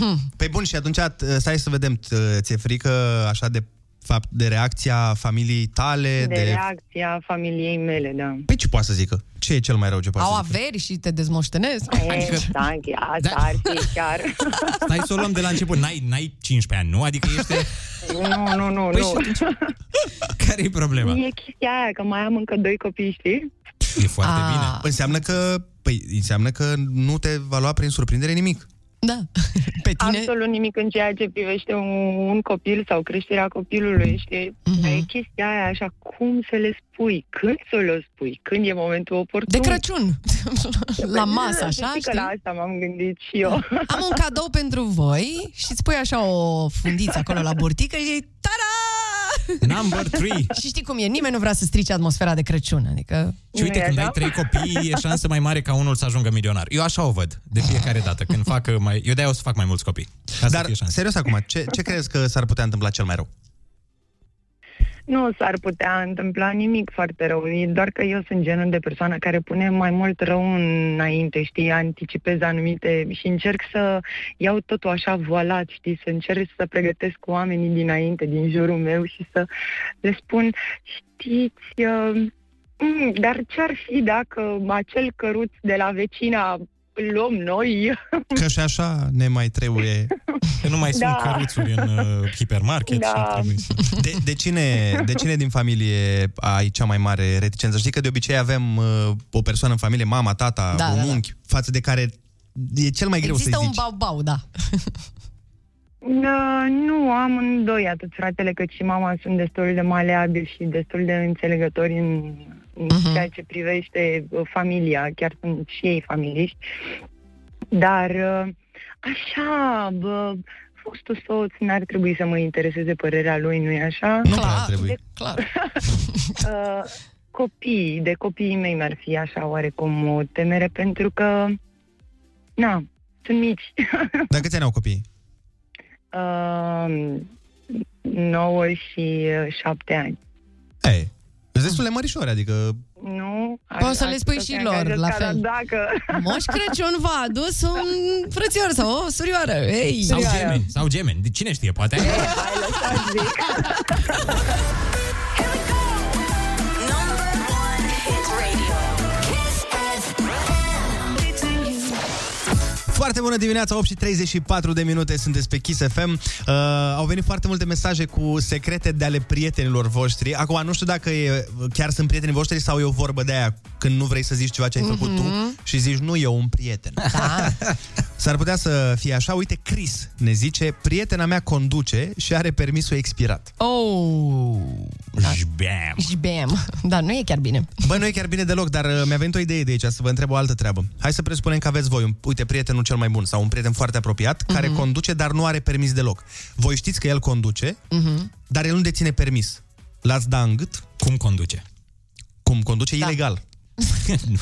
uh, Păi bun, și atunci t- stai să vedem, t- ți-e frică uh, așa de fapt de reacția familiei tale, de, de... reacția familiei mele, da. Păi ce poate să zică? Ce e cel mai rău ce poate Au să zică? averi și te dezmoștenesc. Adică... Da, asta da. ar fi chiar. Stai să o luăm de la început. N-ai, n-ai 15 ani, nu? Adică ești... Nu, nu, nu, Păi nu. și Care-i problema? E chestia aia, că mai am încă doi copii, știi? E foarte A. bine. Înseamnă că, păi, înseamnă că nu te va lua prin surprindere nimic. Da. Pe tine... Absolut nimic în ceea ce privește un, un copil sau creșterea copilului, știi? Uh-huh. Mhm. Dar e chestia aia, așa, cum să le spui, când să le spui, când e momentul oportun. De Crăciun, la masă, așa, știi? știi? că la asta m-am gândit și eu. Am un cadou pentru voi și îți pui așa o fundiță acolo la burtică și tada! Number three. și știi cum e, nimeni nu vrea să strice atmosfera de Crăciun, adică... Și uite, când da. ai trei copii, e șansă mai mare ca unul să ajungă milionar. Eu așa o văd, de fiecare dată. Când fac uh, mai... Eu de-aia o să fac mai mulți copii. Ca Dar, să fie serios acum, ce, ce crezi că s-ar putea întâmpla cel mai rău? Nu s-ar putea întâmpla nimic foarte rău, e doar că eu sunt genul de persoană care pune mai mult rău înainte, știi, anticipez anumite și încerc să iau totul așa voalat, știi, să încerc să pregătesc cu oamenii dinainte, din jurul meu și să le spun, știți, uh, mm, dar ce-ar fi dacă acel căruț de la vecina îl luăm noi? Că și așa ne mai trebuie... Că nu mai sunt Da. căruțuri în uh, hipermarket Da. și ar trebui de, de, cine, de cine din familie ai cea mai mare reticență? Știi că de obicei avem uh, o persoană în familie, mama, tata, Da, un da, da. unchi, față de care e cel mai greu Există să-i un zici. bau-bau, da. Da, Nu, am în doi, atât fratele cât și mama sunt destul de maleabili și destul de înțelegători în, în Mhm. uh-huh. ceea ce privește uh, familia, chiar sunt și ei familiști. Dar uh, așa, bă, fostul soț n-ar trebui să mă intereseze părerea lui, nu-i așa? Nu prea ar trebui. clar. Uh, copiii, de copiii mei mi-ar fi așa oarecum o temere, pentru că, na, sunt mici. Dar câți ani au copiii? Uh, 9 și 7 ani. Ei, sunt destul de mărișori, adică... Nu? Poți să le spui și lor, la fel. Dacă... Moș Crăciun v-a adus un frățior sau o surioară. Ei. Sau gemeni, sau gemeni. De- Cine știe, poate? Foarte bună dimineața, 8 și 34 de minute sunteți pe Kiss FM. Uh, au venit foarte multe mesaje cu secrete de ale prietenilor voștri. Acum, nu știu dacă e, chiar sunt prietenii voștri sau e o vorbă de aia când nu vrei să zici ceva ce ai făcut tu și zici, nu, eu un prieten. Da. S-ar putea să fie așa. Uite, Chris ne zice, prietena mea conduce și are permisul expirat. Oh, Jbeam. jbeam. Da, nu e chiar bine. Bă, nu e chiar bine deloc, dar uh, mi-a venit o idee de aici, să vă întreb o altă treabă. Hai să presupunem că aveți voi, un, uite, prietenul cel mai bun sau un prieten foarte apropiat, mm-hmm. care conduce, dar nu are permis deloc. Voi știți că el conduce, Mhm. dar el nu deține permis. L-ați da în gât? Cum conduce? Cum conduce? Da. Ilegal.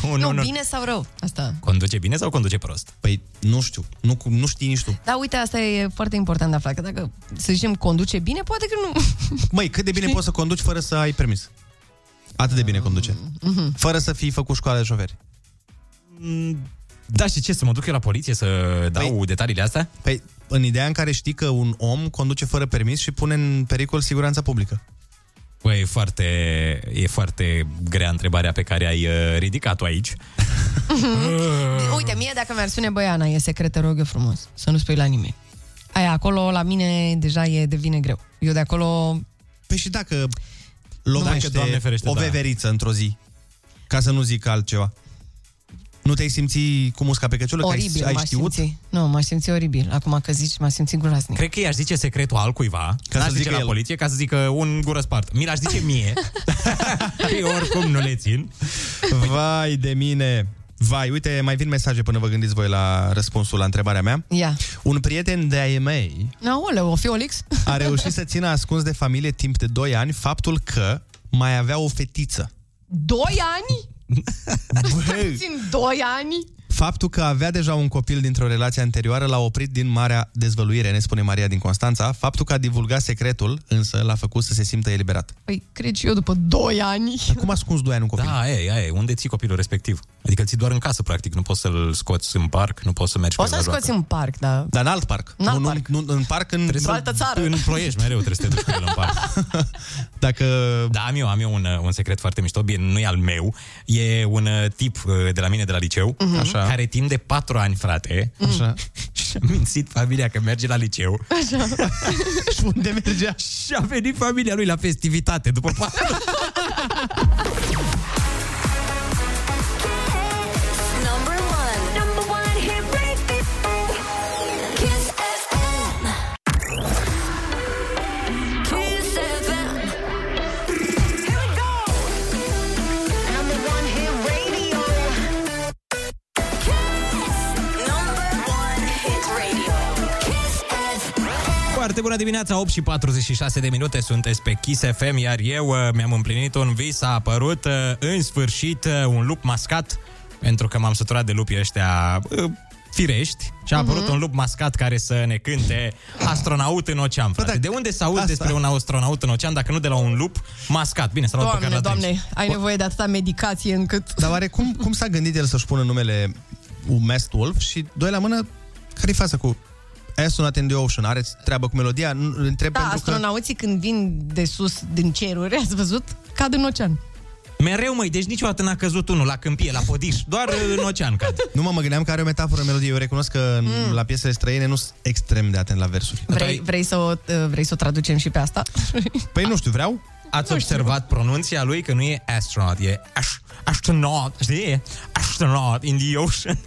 nu, Nu, bine sau rău? Asta. Conduce bine sau conduce prost? Păi, nu știu. Nu, nu știi nici tu. Da, uite, asta e foarte important de aflat, că dacă, să zicem, conduce bine, poate că nu. Măi, cât de bine poți să conduci fără să ai permis? Atât de bine conduce. Mhm. Fără să fii făcut școală de șoferi. Da, și ce, să mă duc eu la poliție să dau păi, detaliile astea? Păi, în ideea în care știi că un om conduce fără permis și pune în pericol siguranța publică. Păi, e foarte, e foarte grea întrebarea pe care ai uh, ridicat-o aici. uite, mie dacă mi-ar spune, băi, Ana, e secret, te rog eu frumos, să nu spui la nimeni. Aia, acolo, la mine, deja e, devine greu. Eu de acolo... Păi și dacă Dacă, Doamne lovește ferește, o da. veveriță într-o zi, ca să nu zic altceva. Nu te-ai simți cu musca pe căciulă? Oribil, că ai, ai m-aș știut? simți. Nu, m-aș simți oribil. Acum că zici, m-aș simți groaznic. Cred că i-aș zice secretul altcuiva, Ca ca n-aș să zice zică la el. poliție, ca să zică un gură spart. Mi l-aș zice mie, că eu oricum nu le țin. Vai de mine! Vai, uite, mai vin mesaje până vă gândiți voi la răspunsul la întrebarea mea. Ia. Un prieten de ai mei Aoleu, o fi Olix? a reușit să țină ascuns de familie timp de 2 ani faptul că mai avea o fetiță. Doi ani? Țin doi ani? Faptul că avea deja un copil dintr-o relație anterioară l-a oprit din marea dezvăluire, ne spune Maria din Constanța. Faptul că a divulgat secretul, însă, l-a făcut să se simtă eliberat. Păi, cred și eu după doi ani. Cum ascuns 2 ani un copil? Da, e, e, unde ții copilul respectiv? Adică îl ții doar în casă, practic. Nu poți să-l scoți în parc, nu poți să mergi Poți pe să el la scoți joacă. în parc, da. Dar în alt parc. În alt nu, parc. Nu, nu, în parc, în... Într-o altă țară. În ploiești mereu trebuie să te duci cu el în parc. Dacă... Da, am eu, am eu un, uh, un secret foarte mișto, bine, nu e al meu, e un uh, tip uh, de la mine, de la liceu, Mhm. Așa. care timp de patru ani, frate, Mhm. Așa. și-a mințit familia că merge la liceu. Așa. și unde mergea? Și a venit familia lui la festivitate după patru Number one. Number one hit radio. Kiss FM. Kiss FM. Here we go. Number one hit radio. Kiss. Number one hit radio. Kiss FM. Foarte bună dimineața, 8 și 46 de minute sunteți pe Kiss FM, iar eu uh, mi-am împlinit un vis, a apărut uh, în sfârșit uh, un lup mascat, pentru că m-am săturat de lupii ăștia uh, firești și a apărut Mhm. un lup mascat care să ne cânte astronaut în ocean, frate. De unde să auzi despre un astronaut în ocean dacă nu de la un lup mascat? Bine, să luat pe Doamne, care doamne, ai nevoie de atâta medicație încât... Dar oare cum, cum s-a gândit el să-și pună numele un Masked Wolf și doi la mână, care-i faza cu As Not in the Ocean? Are treabă cu melodia? Nu- îl Întreb Da, pentru că... astronauții când vin de sus din ceruri, ați văzut? Cad în ocean. Mereu, măi, deci niciodată n-a căzut unul la câmpie, la podiș, doar uh, în ocean cad. Nu mă, mă gândeam că are o metaforă melodie. Eu recunosc că mm. la piesele străine nu sunt extrem de atent la versuri. Vrei, vrei, să o, ă, vrei să o traducem și pe asta? Păi nu știu, vreau. Ați observat pronunția lui că nu e astronaut, e ash, astronaut, știi? Astronaut in the ocean.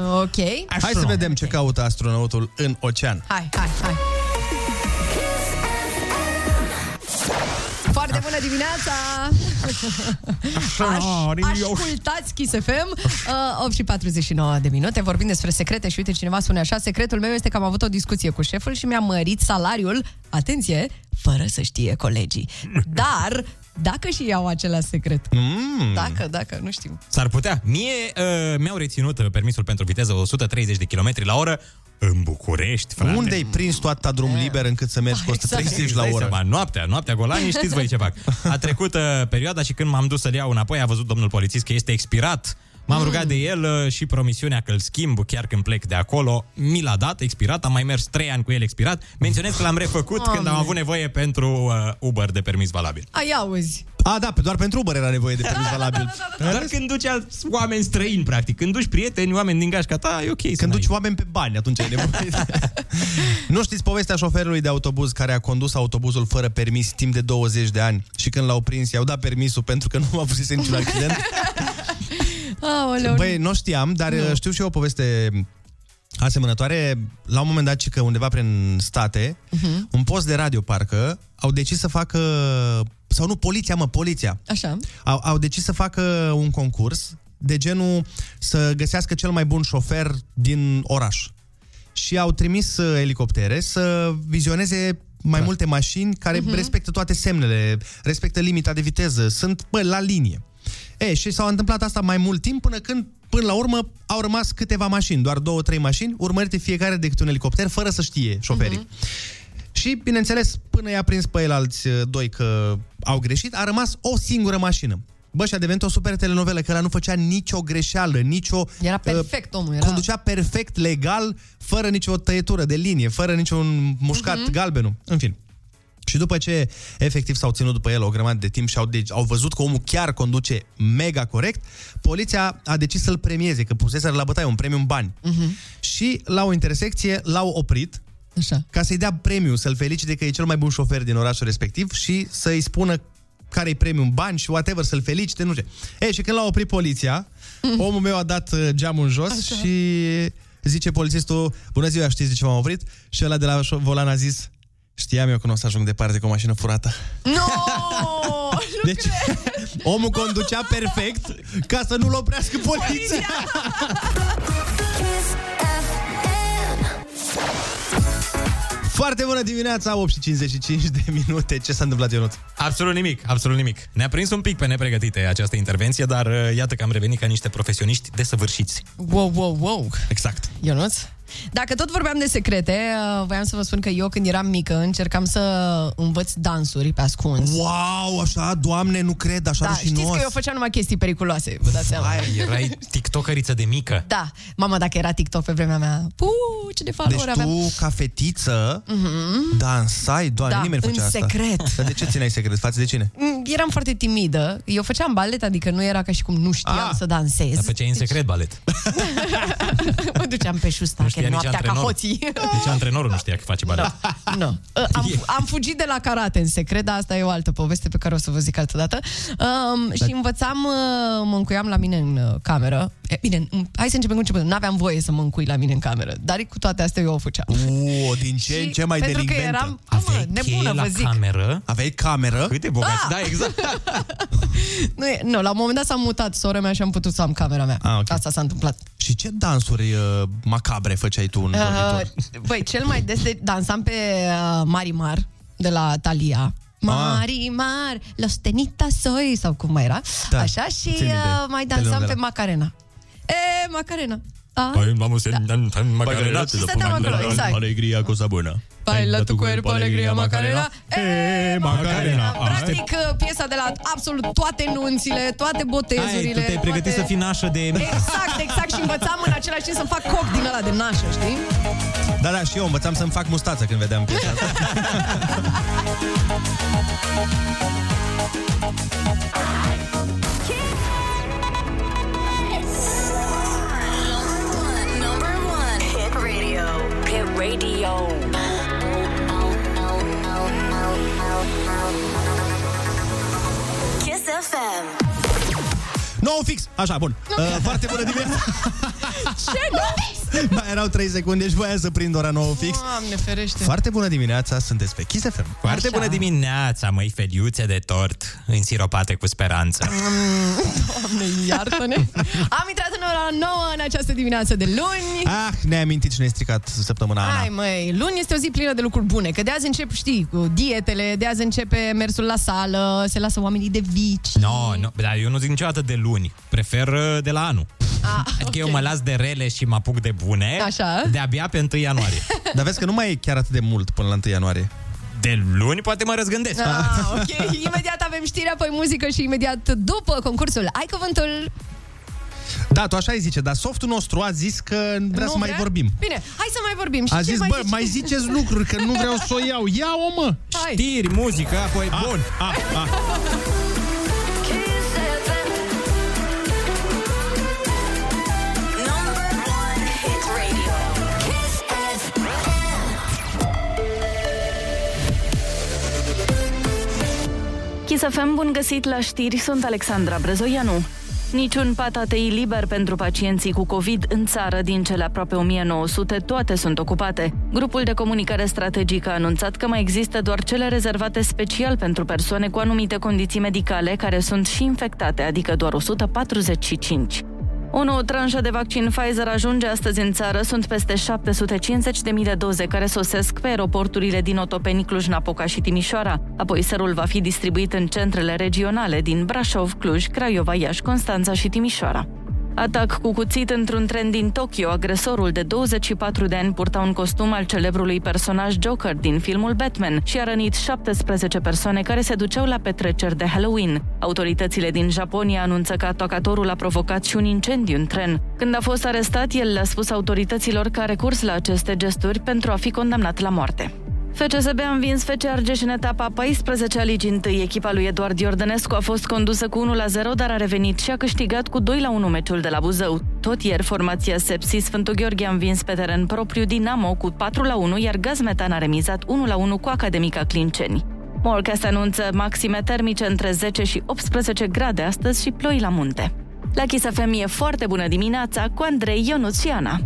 Uh, ok. Hai să vedem ce caută astronautul în ocean. Hai, hai, hai. Foarte bună dimineața! Aș, ascultați Kiss FM, uh, 8 și 49 de minute, vorbim despre secrete și uite cineva spune așa, secretul meu este că am avut o discuție cu șeful și mi-a mărit salariul, atenție, fără să știe colegii. Dar, dacă și iau același secret. Mm. Dacă, dacă, nu știu. S-ar putea. Mie uh, mi-au reținut uh, permisul pentru viteză 130 de km la oră în București, frate. Unde-i prins toată drum liber încât să mergi cu 130 la Dai oră? Seama, noaptea, noaptea golani, știți voi ce fac. A trecut uh, perioada și când m-am dus să-l iau înapoi, a văzut domnul polițist că este expirat. M-am Mm. rugat de el uh, și promisiunea că îl schimb chiar când plec de acolo. Mi l-a dat, expirat, am mai mers 3 ani cu el expirat. Menționez că l-am refăcut când am Doamne. avut nevoie pentru uh, Uber de permis valabil. Ai auzi. A, da, pe- doar pentru Uber era nevoie de permis Da, valabil. Doar când duci alți oameni străini, practic. Când duci prieteni, oameni din gașca ta, e ok. Când duci oameni pe bani, atunci ai nevoie. nu știți povestea șoferului de autobuz care a condus autobuzul fără permis timp de 20 de ani și când l-au prins, i-au dat permisul pentru că nu a avut niciun accident. Aoleu. Băi, nu știam, dar nu. știu și eu o poveste asemănătoare. La un moment dat, și că undeva prin state, uh-huh. un post de radio, parcă, au decis să facă... Sau nu, poliția, mă, poliția. Așa. Au, au decis să facă un concurs de genul să găsească cel mai bun șofer din oraș. Și au trimis uh, elicoptere să vizioneze mai da. multe mașini care uh-huh. respectă toate semnele, respectă limita de viteză, sunt, bă, la linie. E, și s-au întâmplat asta mai mult timp până când, până la urmă, au rămas câteva mașini, doar două, trei mașini, urmărite fiecare de câte un elicopter, fără să știe șoferii. Uh-huh. Și, bineînțeles, până i-a prins pe el alți uh, doi că au greșit, a rămas o singură mașină. Bă, și a devenit o super telenovelă, că ăla nu făcea nicio greșeală, nicio... Era perfect omul, era- Conducea perfect, legal, fără nicio tăietură de linie, fără niciun mușcat Mhm. uh-huh. galbenul. În fin. Și după ce efectiv s-au ținut după el o grămadă de timp și au, de- au văzut că omul chiar conduce mega corect, poliția a decis să-l premieze, că puseseră la bătaie un premiu în bani. Uh-huh. Și la o intersecție l-au oprit Așa. ca să-i dea premiu, să-l felicite că e cel mai bun șofer din orașul respectiv și să-i spună care-i premiu în bani și whatever, să-l felicite, nu știu. E, și când l-a oprit poliția, omul meu a dat uh, geamul în jos Așa. și zice polițistul, bună ziua, știți de ce m-am oprit? Și ăla de la șo- volan a zis, știam eu că nu o să ajung departe cu o mașină furată. No! Deci, omul conducea perfect ca să nu-l oprească poliția. Foarte bună dimineața, 8.55 de minute. Ce s-a întâmplat, Ionut? Absolut nimic, absolut nimic. Ne-a prins un pic pe nepregătite această intervenție, dar uh, iată că am revenit ca niște profesioniști desăvârșiți. Wow, wow, wow. Exact. Ionuț? Dacă tot vorbeam de secrete, uh, voiam să vă spun că eu când eram mică încercam să învăț dansuri pe ascuns. Wow, așa, doamne, nu cred, așa Da, știți rușinos. că eu făceam numai chestii periculoase, vă dați seama. Ai, erai tiktokeriță de mică. Da, mamă, dacă era TikTok pe vremea mea, puu, ce de Deci followeri aveam. tu, ca fetiță, Mhm. dansai, doamne, Da, nimeni nu făcea în asta. secret. Dar de ce țineai secret? Față de cine? Mm, Eram foarte timidă, eu făceam balet, adică nu era ca și cum nu știam Ah. să dansez. Deci- Dar făceai în secret balet. mă duceam pe șustache știa nici noaptea ca antrenor. hoții. Deci antrenorul nu știa că face balet. Nu. Uh, Am, am fugit de la karate în secret, dar asta e o altă poveste pe care o să vă zic altă dată. Um, și învățam, uh, mă încuiam la mine în uh, cameră. E, bine, m- hai să începem cu începutul. N-aveam voie să mă încui la mine în cameră, dar cu toate astea eu o făceam. O, din ce în Și ce mai pentru că delinventă. eram- Mă, Aveai nebună, cheie la vă zic. cameră? Aveai cameră? Câte bogați, Da! da, exact. Nu, e- nu, la un moment dat s-a mutat sora mea și am putut să am camera mea. Ah, ok. Asta s-a întâmplat. Și ce dansuri uh, macabre făceai tu în uh, dormitor? Uh, Băi, cel mai des de- dansam pe uh, Marimar de la Talia. Ah. Marimar, Los Tenita Soy, sau cum mai era. Da, Așa, și țin minte. uh, mai dansam Telenovela. Păi, pe Macarena. E, Macarena. A? vamos en, en, en Macarena. Și stăteam acolo, exact. Alegria, cosa bună. Baila tu cuerpo, cuerpo, alegria, Macarena. E, Macarena. Practic, uh, piesa de la absolut toate nunțile, toate Hai, botezurile. tu te-ai pregătit toate- să fii nașă de... Exact, exact. Și învățam în același timp să fac coc din ăla de nașă, știi? Da, da, și eu învățam să-mi fac mustață când vedeam piesa asta. Number one, hit radio. Hit radio. Kiss FM. Nou fix! Așa, bun. Uh, foarte bună dimineața! Ce nu? Mai erau 3 secunde și voiam să prind ora 9 fix. Doamne ferește. Foarte bună dimineața, sunteți pe Kiss FM. Foarte bună dimineața, măi, feliuțe de tort, însiropate cu speranță. Mm, Doamne, iartă-ne! Am intrat în ora 9 în această dimineață de luni. Ah, da. ne-ai amintit și ne-ai stricat săptămâna Ana. Hai măi, luni este o zi plină de lucruri bune, că de azi încep, știi, cu dietele, de azi începe mersul la sală, se lasă oamenii de vici. No, no, dar eu nu zic niciodată de luni, prefer uh, de la anul. Ah, Adică ok. eu mă las de rele și mă apuc de bune Așa. de-abia pe 1 ianuarie. Dar vezi că nu mai e chiar atât de mult până la 1 ianuarie. Da. De luni poate mă răzgândesc. Ah, ok, imediat avem știrea, apoi muzică și imediat după concursul Ai Cuvântul Da, tu așa îi zice, dar softul nostru a zis că vrea Nu să mai vorbim. Bine, hai să mai vorbim. Și A ce zis, mai bă, zici? mai ziceți lucruri, că nu vreau să o iau. Ia-o, mă! Hai. Ah, Știri, muzică, apoi a, bun. A, a. Chisafem, bun găsit la știri, sunt Alexandra Brezoianu. Niciun patatei liber pentru pacienții cu COVID în țară din cele aproape 1900, toate sunt ocupate. Grupul de comunicare strategică a anunțat că mai există doar cele rezervate special pentru persoane cu anumite condiții medicale care sunt și infectate, adică doar 145. O nouă tranșă de vaccin Pfizer ajunge astăzi în țară. Sunt peste 750.000 de doze care sosesc pe aeroporturile din Otopeni, Cluj-Napoca și Timișoara. Apoi serul va fi distribuit în centrele regionale din Brașov, Cluj, Craiova, Iași, Constanța și Timișoara. Atac cu cuțit într-un tren din Tokyo. Agresorul de 24 de ani purta un costum al celebrului personaj Joker din filmul Batman și a rănit 17 persoane care se duceau la petreceri de Halloween. Autoritățile din Japonia anunță că atacatorul a provocat și un incendiu în tren. Când a fost arestat, el le-a spus autorităților că a recurs la aceste gesturi pentru a fi condamnat la moarte. FCSB a învins FC Argeș în etapa 14 a Ligii 1. Echipa lui Eduard Iordănescu a fost condusă cu 1-0, dar a revenit și a câștigat cu 2-1 meciul de la Buzău. Tot ieri, formația Sepsi Sfântul Gheorghe a învins pe teren propriu Dinamo cu 4-1, iar Gazmetan a remizat 1-1 cu Academica Clinceni. Morcast anunță maxime termice între 10 și 18 grade astăzi și ploi la munte. La Kiss FM e foarte bună dimineața cu Andrei Ionuț și Ana.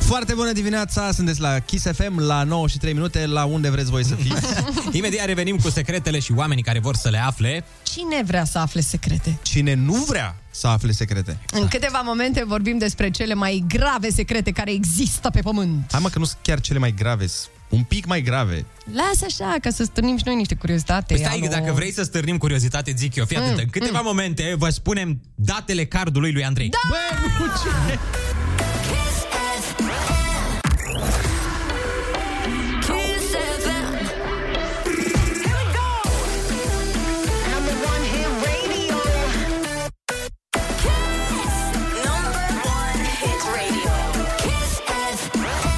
Foarte bună dimineața, sunteți la Kiss FM la 9 și 3 minute, la unde vreți voi să fiți. Imediat revenim cu secretele și oamenii care vor să le afle. Cine vrea să afle secrete? Cine nu vrea să afle secrete. În câteva momente vorbim despre cele mai grave secrete care există pe pământ. Hai mă că nu sunt chiar cele mai grave, sunt un pic mai grave. Lasă așa, ca să stârnim și noi niște curiozitate. Păi stai, alo. dacă vrei să stârnim curiozitate, zic eu, fii Mm, atent. În câteva momente vă spunem datele cardului lui Andrei. Da! Bă, ce...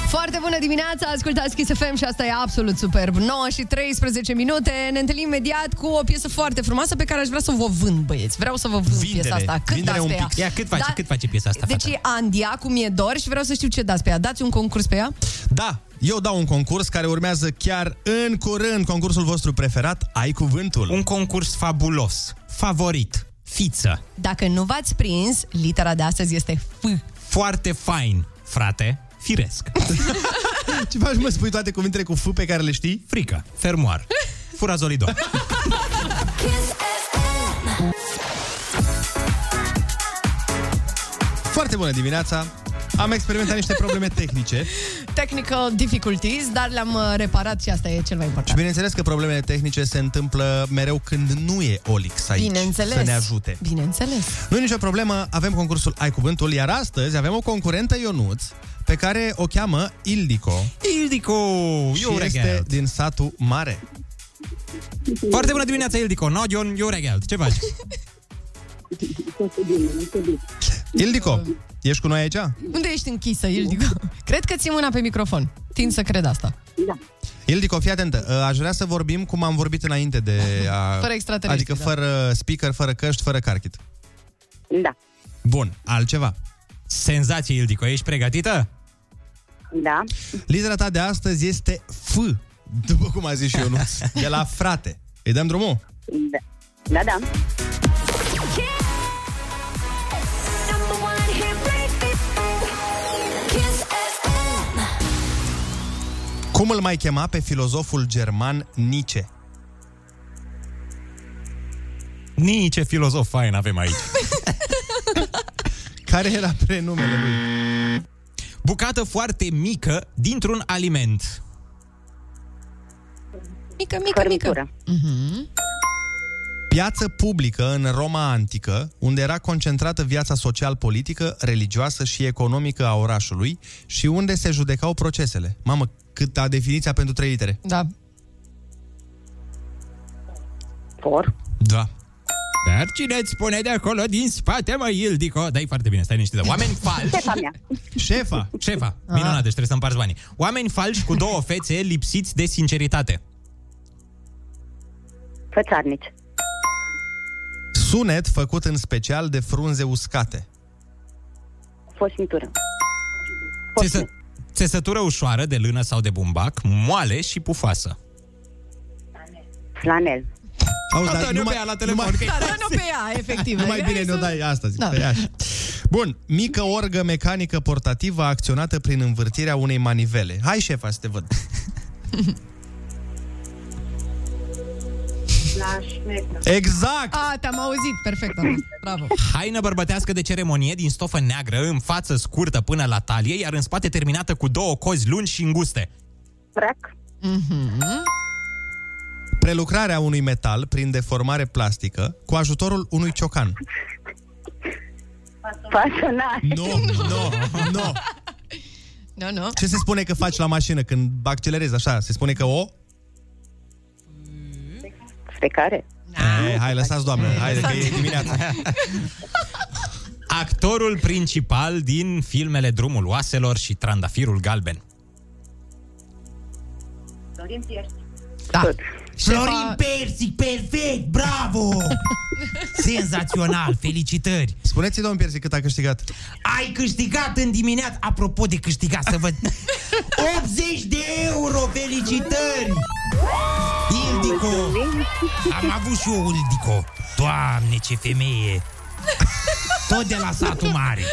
Foarte bună dimineața, ascultați Kiss FM și asta e absolut superb. 9 și 13 minute, ne întâlnim imediat cu o piesă foarte frumoasă pe care aș vrea să vă vând, băieți. Vreau să vă vând piesa asta. Cât vindere dați un pe ea? pic. Ia, cât face, Da- cât face piesa asta, Deci fata? e Andia, cum e dor și vreau să știu ce dați pe ea. Dați un concurs pe ea? Da, eu dau un concurs care urmează chiar în curând, concursul vostru preferat, Ai Cuvântul. Un concurs fabulos, favorit, fiță. Dacă nu v-ați prins, litera de astăzi este F. Foarte fain, frate, firesc. Ce faci, mă, spui toate cuvintele cu F pe care le știi? Frică, fermoar, furazolidon. Foarte bună dimineața! Am experimentat niște probleme tehnice Technical difficulties, dar le-am uh, reparat și asta e cel mai și important. bineînțeles că problemele tehnice se întâmplă mereu când nu e Olix aici Bineînțeles. să ne ajute. Bineînțeles. Nu e nicio problemă, avem concursul Ai Cuvântul, iar astăzi avem o concurentă Ionuț pe care o cheamă Ildico. Ildico! Și eu este regret. din satul Mare. Foarte bună dimineața, Ildico. No, Ion, eu regelt. Ce faci? Ildico, ești cu noi aici? Unde ești închisă, Ildico? Cred că ții mâna pe microfon. Tind să cred asta. Da. Ildico, fii atentă. Aș vrea să vorbim cum am vorbit înainte de... A... Fără extraterestri, Adică da. fără speaker, fără căști, fără carchit. Da, Bun, altceva. Senzație, Ildico. Ești pregătită? da. Litera ta de astăzi este F, după cum a zis și Ionuț, de la frate. Îi dăm drumul? Da, da. da. Cum îl mai chema pe filozoful german Nietzsche? Nici ce filozof fain avem aici. Care era prenumele lui? Bucată foarte mică dintr-un aliment. Mică, mică, mică. Mhm. Piață publică în Roma antică, unde era concentrată viața social-politică, religioasă și economică a orașului și unde se judecau procesele. Mamă, cât a definiția pentru trei litere. Da. For. Da. Dar cine îți spune de acolo din spate, mă, Ildico? Dai foarte bine, stai niște de oameni falși. Șefa mea. Șefa. Șefa. Ah. Minunat, deci trebuie să împarți banii. Oameni falși cu două fețe lipsiți de sinceritate. Fățarnici. Sunet făcut în special de frunze uscate. Foșnitură. Țesă, țesătură ușoară de lână sau de bumbac, moale și pufoasă. Flanel. Auzi, Dă-ne pe ea la telefon, că e Da, da, nu pe ea, efectiv. Nu mai Ai bine să- ne-o dai asta, zic, Da. da. Bun, mică orgă mecanică portativă acționată prin învârtirea unei manivele. Hai, șefa, să te văd. Exact! A, te-am auzit, perfect. am auzit. Bravo. Haină bărbătească de ceremonie din stofă neagră, în față scurtă până la talie, iar în spate terminată cu două cozi lungi și înguste. Frac. Mhm. Prelucrarea unui metal prin deformare plastică cu ajutorul unui ciocan. Fasonare. Nu, nu, nu. Nu, nu. Ce se spune că faci la mașină când accelerezi așa? Se spune că o... Frecare. E, hai, lăsați, doamnă. Hai, că e dimineața. Actorul principal din filmele Drumul oaselor și Trandafirul galben. Dorin Pierce. Da. Florin Persic, perfect, bravo! Senzațional, felicitări! Spuneți-i, domn Piersi, cât a câștigat. Ai câștigat în dimineață, apropo de câștigat, să văd... 80 de euro, felicitări! Ildico! Am avut și eu Ildico. Doamne, ce femeie! Tot de la satul mare.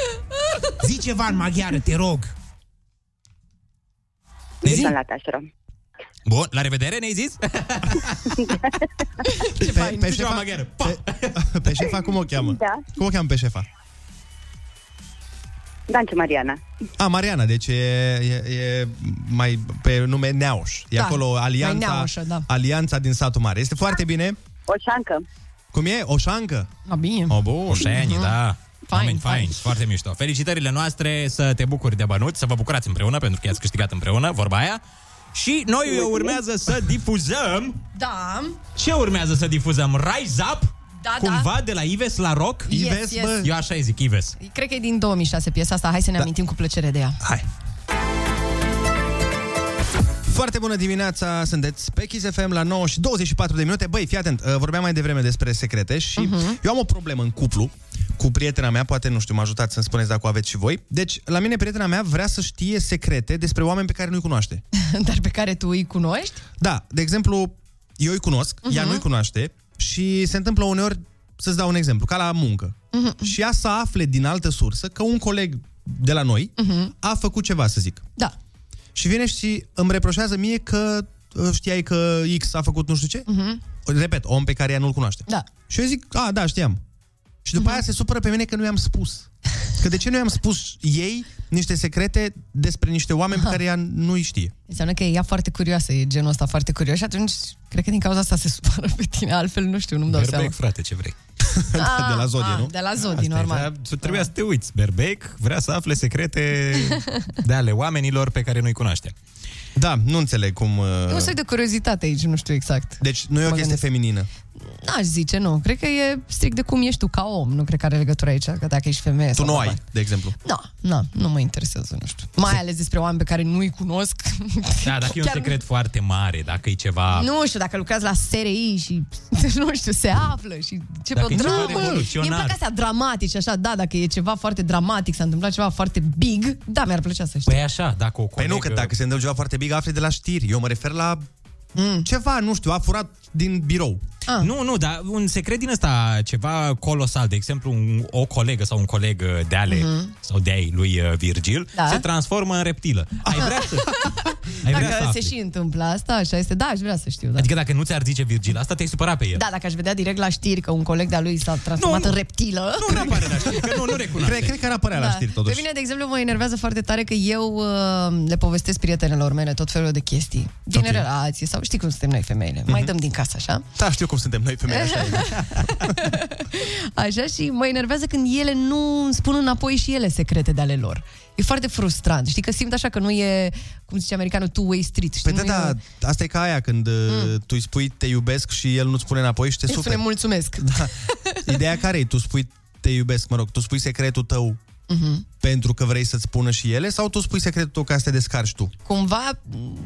Zi ceva în maghiară, te rog. Zi. la tașra. Bun, la revedere, ne-ai zis? Ce pe, pe, șefa, maghiară, pe, pe șefa cum o cheamă? Da. Cum o cheamă pe șefa? Dance Mariana. A, Mariana, deci e, e, e mai pe nume Neauș. E Da, acolo mai alianța, Neaușă, da. alianța din satul mare. Este foarte bine. O șancă. Cum e? O șancă? A, bine. O, bun. Oșeni, Mhm. da. Fain, Oameni, fain, foarte mișto. Felicitările noastre, să te bucuri de bănuți, să vă bucurați împreună, pentru că i-ați câștigat împreună, vorba aia. Și noi urmează să difuzăm... Da. Ce urmează să difuzăm? Rise Up? Da, Cumva da. de la Ives la rock? Yes, Ives, yes. bă? Eu așa îi zic, Ives. Cred că e din 2006 piesa asta. Hai să ne da. amintim cu plăcere de ea. Hai. Foarte bună dimineața, sunteți pe Kiss FM la 9 și 24 de minute. Băi, fii atent, uh, vorbeam mai devreme despre secrete și uh-huh. eu am o problemă în cuplu cu prietena mea, poate, nu știu, mă ajutați să-mi spuneți dacă o aveți și voi. Deci, la mine prietena mea vrea să știe secrete despre oameni pe care nu-i cunoaște. Dar pe care tu îi cunoști? Da, de exemplu, eu îi cunosc, uh-huh. ea nu-i cunoaște și se întâmplă uneori, să-ți dau un exemplu, ca la muncă. Uh-huh. Și ea să afle din altă sursă că un coleg de la noi Mhm. uh-huh. a făcut ceva, să zic. Da. Și vine și îmi reproșează mie că uh, știai că X a făcut nu știu ce. Uh-huh. Repet, om pe care ea nu-l cunoaște. Mhm. Da. Mhm. Și eu zic, a, da, știam. Și după uh-huh. aia se supără pe mine că nu i-am spus. Că de ce nu i-am spus ei niște secrete despre niște oameni pe care ea nu-i știe. Înseamnă că e ea foarte curioasă, e genul ăsta foarte curios și atunci cred că din cauza asta se supără pe tine, altfel nu știu, nu-mi dau seama. Berbec, frate, ce vrei. Da, Ah, ah, De la Zodie, Asta e, normal. da, Trebuia să te uiți. Berbec vrea să afle secrete de ale oamenilor pe care nu-i cunoaște. Da, nu înțeleg cum... uh, E un soi de curiozitate aici, nu știu exact. Deci nu e o Mă chestie gândesc. feminină. N-aș zice, nu. Cred că e strict de cum ești tu ca om. Nu cred că are legătură aici, că dacă ești femeie Tu sau nu o bărbat. ai, de exemplu. Da, da, nu mă interesează, nu știu. Mai ales despre oameni pe care nu-i cunosc. Da, dacă e un Chiar nu- secret foarte mare, dacă e ceva... Nu știu, dacă lucrați la SRI și, nu știu, se află și ce Dacă pe e ceva dramă. Mie revoluționar. îmi plac astea dramatice, așa, da, dacă e ceva foarte dramatic, s-a întâmplat ceva foarte big, da, mi-ar plăcea să știu. Păi așa, dacă o Păi nu, că dacă se întâmplă ceva foarte big, afli de la știri. Eu mă refer la mm. ceva, nu știu, a furat din birou. Ah. Nu, nu, dar un secret din ăsta, ceva colosal, de exemplu, un, o colegă sau un coleg uh, de ale Mhm. uh-huh. sau de ai lui uh, Virgil, Da. Ah, da. se transformă în reptilă. Păi Ai vrea să... ai vrea să Dacă se afli. și întâmplă asta, așa este, da, aș vrea să știu, da. Adică dacă nu ți-ar zice Virgil, asta te-ai supărat pe el. Da, dacă aș vedea direct la știri că un coleg de-a lui s-a transformat în reptilă. Nu, nu apare la știri, că nu, nu recunoaște. Cred, cred că ar apărea da. la știri totuși. Pe mine, de exemplu, mă enervează foarte tare că eu uh, le povestesc prietenelor mele tot felul de chestii. Din Ok. Mhm. okay. relație sau știi cum suntem noi femeile. Mm-hmm. Mai dăm din casă, așa. Da, știu cum suntem noi femei așa. e. Așa și mă enervează când ele nu îmi spun înapoi și ele secrete de ale lor. E foarte frustrant. Știi că simt așa că nu e, cum zice americanul, two-way street. Știi? Păi da, Nu e- da, asta e ca aia când mm. tu îi spui te iubesc și el nu-ți spune înapoi și te Îi spune superi. mulțumesc. Da. Ideea care e? Tu spui te iubesc, mă rog, tu spui secretul tău Mhm. pentru că vrei să-ți spună și ele sau tu spui secretul tău ca să te descarci tu? Cumva, m,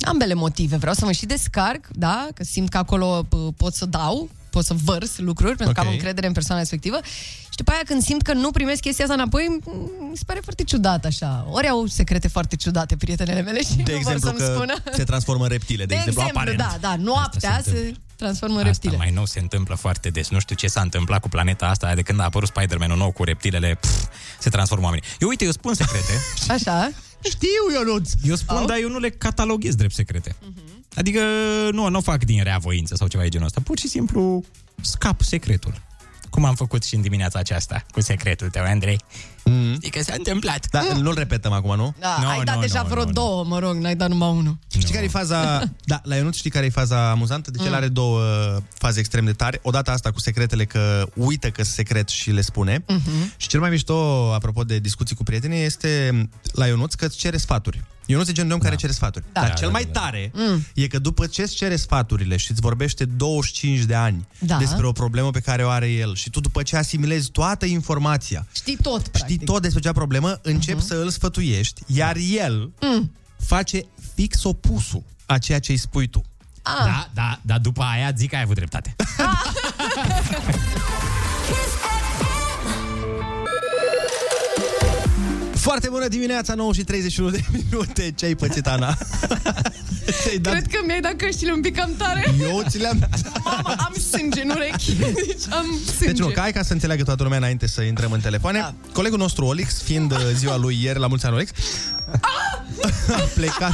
ambele motive. Vreau să mă și descarc, da? Că simt că acolo p- pot să dau, pot să vărs lucruri, pentru că Ok. am încredere în persoana respectivă. Și după aia când simt că nu primesc chestia asta înapoi, m, mi se pare foarte ciudat așa. Ori au secrete foarte ciudate prietenele mele și De nu exemplu vor să-mi că spună. se transformă în reptile, De de, exemplu, aparent. da, da, noaptea Asta se se transformă în Asta reptile. mai nou se întâmplă foarte des. Nu știu ce s-a întâmplat cu planeta asta de când a apărut Spider-Man-ul nou cu reptilele. Pf, se transformă oamenii. Eu uite, eu spun secrete. Așa. Știu, Ionuț. Eu spun, dar eu nu le cataloghez drept secrete. Adică nu, nu o fac din rea voință sau ceva de genul ăsta. Pur și simplu scap secretul. Cum am făcut și în dimineața aceasta cu secretul tău, Andrei. Mm. Știi că s-a întâmplat. Mhm. Da, mm. nu-l repetăm acum, nu? Da, no, ai dat deja vreo două, mă rog, n-ai dat numai unul. Știi care e faza... Da, la Ionut știi care e faza amuzantă? Deci mm. el Mm. are două faze extrem de tare. Odată asta cu secretele că uită că secret și le spune. Mm-hmm. Și cel mai mișto, apropo de discuții cu prietenii, este la Ionuț că îți cere sfaturi. Ionuț e genul de om da. care cere sfaturi. Da. Dar Da, cel da, mai da. tare Mm. e că după ce îți cere sfaturile și îți vorbește 25 de ani Da. despre o problemă pe care o are el și tu după ce asimilezi toată informația, Știi tot, practic. Mhm. știi tot despre acea problemă, începi uh-huh. să îl sfătuiești, iar el Mm. face fix opusul a ceea ce îi spui tu. Ah. Da, da, dar după aia zic că ai avut dreptate. Foarte bună dimineața, 9 și 31 de minute. Ce ai pățit, Ana? Ce-ai dat? Cred că mi-ai dat căștile un pic cam tare. Eu ți le-am... Mama, am sânge în urechi. Deci am sânge. Deci, mă, ca, hai ca să înțeleagă toată lumea înainte să intrăm în telefoane. Da. Colegul nostru, Olix, fiind uh, ziua lui ieri, la mulți ani, Olix, a plecat...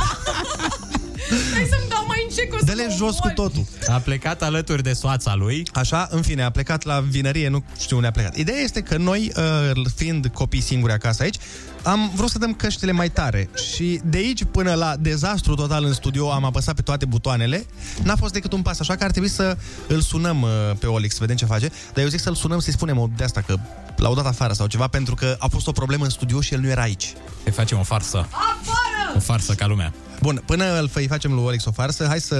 Vrei să-mi dau mai încet cu Dă-le jos cu totul. A plecat alături de soața lui. Așa, în fine, a plecat la vinărie, nu știu unde a plecat. Ideea este că noi, uh, fiind copii singuri acasă aici, am vrut să dăm căștile mai tare și de aici până la dezastru total în studio am apăsat pe toate butoanele. N-a fost decât un pas, așa că ar trebui să îl sunăm uh, pe Olix, să vedem ce face. Dar eu zic să-l sunăm, să-i spunem o- de asta că l-au dat afară sau ceva, pentru că a fost o problemă în studio și el nu era aici. Îi facem o farsă. Afară! O farsă ca lumea. Bun, până îl fă- îi facem lui Olix o farsă, hai să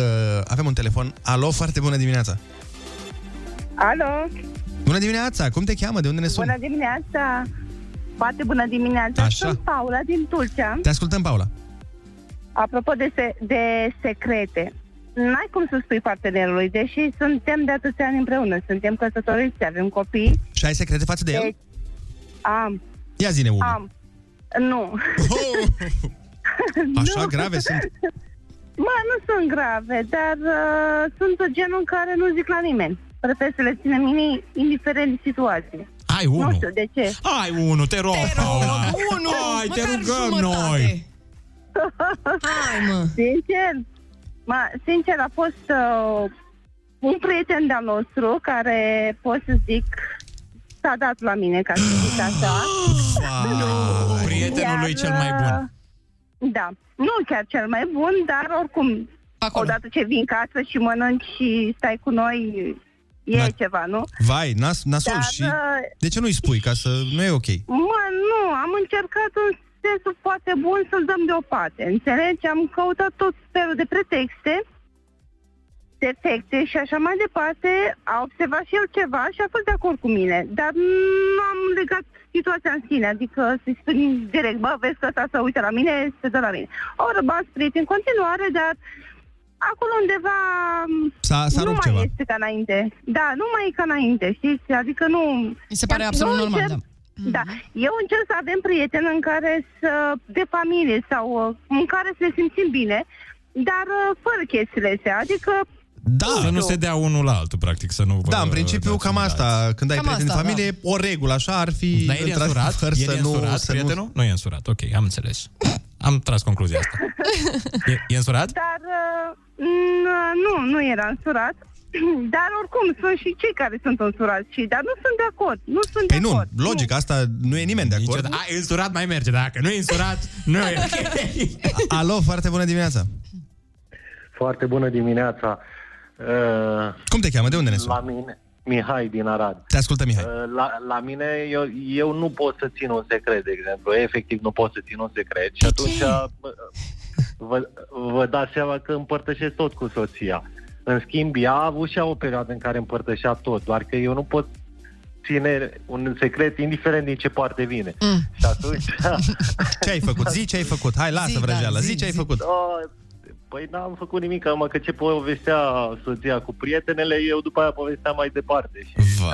avem un telefon. Alo, foarte bună dimineața! Alo, Bună dimineața! Cum te cheamă? De unde ne suni? bună dimineața! Foarte bună dimineața! Așa. Sunt Paula din Tulcea. Te ascultăm, Paula. Apropo de, se- de secrete, n-ai cum să spui partenerului, deși suntem de atâția ani împreună, suntem căsătoriți, avem copii. Și ai secrete față de el? Deci, Ah, am, Ia zine una. am. Nu. Oh. Așa grave sunt? Mă, nu sunt grave, dar uh, sunt genul care nu zic la nimeni. Prefer să le ținem mini, indiferent de situație. Hai, unul. Nu știu de ce. Hai, unul, te rog, te Paula. unul, Hai, te măcar rugăm jumătate. noi. Hai, mă. Sincer, mă, sincer a fost uh, un prieten de-al nostru care, pot să zic, s-a dat la mine, ca să zic așa. Vai. Prietenul lui cel mai bun. uh, Da, nu chiar cel mai bun, dar oricum, Acolo. odată ce vin casă și mănânci și stai cu noi, e Da. ceva, nu? Vai, nas, nasul Dar, și... uh, De ce nu-i spui? Ca să... Nu e ok. Mă, nu, am încercat în sensul poate bun să-l dăm deoparte, înțelegi? Am căutat tot felul de pretexte, defecte și așa mai departe. A observat și el ceva și a fost de acord cu mine, dar nu am legat situația în sine, adică să-i spun direct, bă, vezi că ăsta se uită la mine, se dă la mine. O rămas prieten în continuare, dar acolo undeva S-a- s-a nu rupt mai ceva. este ca înainte. Da, nu mai e ca înainte, știți? Adică nu... Mi se pare absolut normal, da. da. Eu încerc să avem prieteni în care să, de familie sau uh, în care să ne simțim bine, dar uh, fără chestiile astea. Adică Da, să nu se dea unul la altul, practic, să nu... Da, în principiu cam asta. Când ai Cam prieteni de asta, da. familie, o regulă așa ar fi... Dar el e Mm, într-adevăr, însurat? El e însurat, prietenul? Nu e însurat, ok, am înțeles. Am tras concluzia asta. E, e însurat? Dar uh, n- nu, nu era însurat. Dar oricum, sunt și cei care sunt însurați și, dar nu sunt de acord. Nu sunt Păi de nu, acord. logic, asta nu e nimeni de acord. Niciodată. Ai însurat, mai merge. Dacă nu e însurat, nu e ok. Alo, foarte bună dimineața. Foarte bună dimineața. Uh, Cum te cheamă? De unde ne La mine. Mihai din Arad. Te ascultă, Mihai. Uh, La, la mine, eu, eu nu pot să țin un secret, de exemplu. Efectiv, nu pot să țin un secret. Și atunci uh, vă, vă dați seama că împărtășesc tot cu soția. În schimb, ea a avut și ea o perioadă în care împărtășea tot, doar că eu nu pot ține un secret, indiferent din ce parte vine. Mm. Și atunci... Ce ai făcut? Zi ce ai făcut. Hai, da, lasă vrăjeala. Zi ce ai făcut. Uh, Păi n-am făcut nimic, mă că ce povestea soția cu prietenele, eu după aia povesteam mai departe. Și... Va.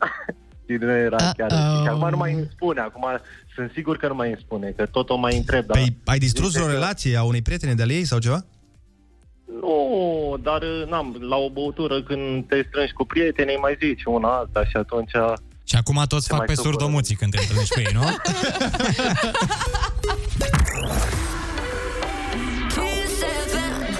și nu era chiar. Și acum nu mai îmi spune, acum sunt sigur că nu mai îmi spune, că tot o mai întreb. Dar Păi, ai distrus zice o că- relație a unei prietene de-al ei sau ceva? Nu, dar n-am, la o băutură când te strângi cu prietenii, mai zici una alta și atunci... Și acum toți fac pe surdomuții când te întâlnești cu ei, nu? Kiss FM.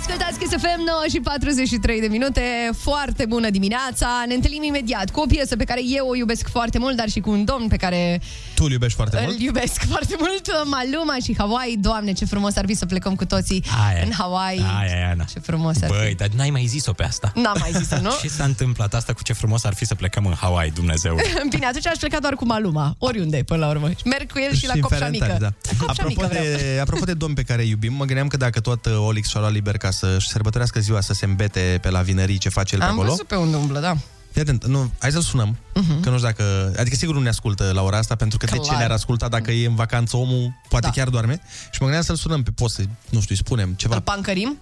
Ascultați că FM 9 și 43 de minute. Foarte bună dimineața. Ne întâlnim imediat cu o piesă pe care eu o iubesc foarte mult, dar și cu un domn pe care Tu îl iubești foarte mult? îl iubesc foarte mult, Maluma și Hawaii. Doamne, ce frumos ar fi să plecăm cu toții Aia. în Hawaii. Aia, Ana. Ce frumos ar fi. Băi, dar n-ai mai zis-o pe asta. N-am mai zis-o, nu? ce s-a întâmplat asta cu ce frumos ar fi să plecăm în Hawaii, Dumnezeu? Bine, atunci aș pleca doar cu Maluma, oriunde, până la urmă. Și Merg cu el și, la în Copșa Ferentari, Mică. La Copșa da. Apropo, Mică vreau. de, apropo de domn pe care îi iubim, mă gândeam că dacă tot uh, Olix și-a luat liber ca să-și sărbătorească ziua, să se îmbete pe la vinării ce face el pe Am acolo. văzut pe unde umblă, da. Mhm. Fii atent, nu, hai să-l sunăm, uh-huh. că nu știu dacă... Adică sigur nu ne ascultă la ora asta, pentru că Clar. de ce Clar. ne-ar asculta dacă e în vacanță omul, poate da. chiar doarme. Și mă gândeam să-l sunăm pe post, să, nu știu, îi spunem ceva. Pancărim?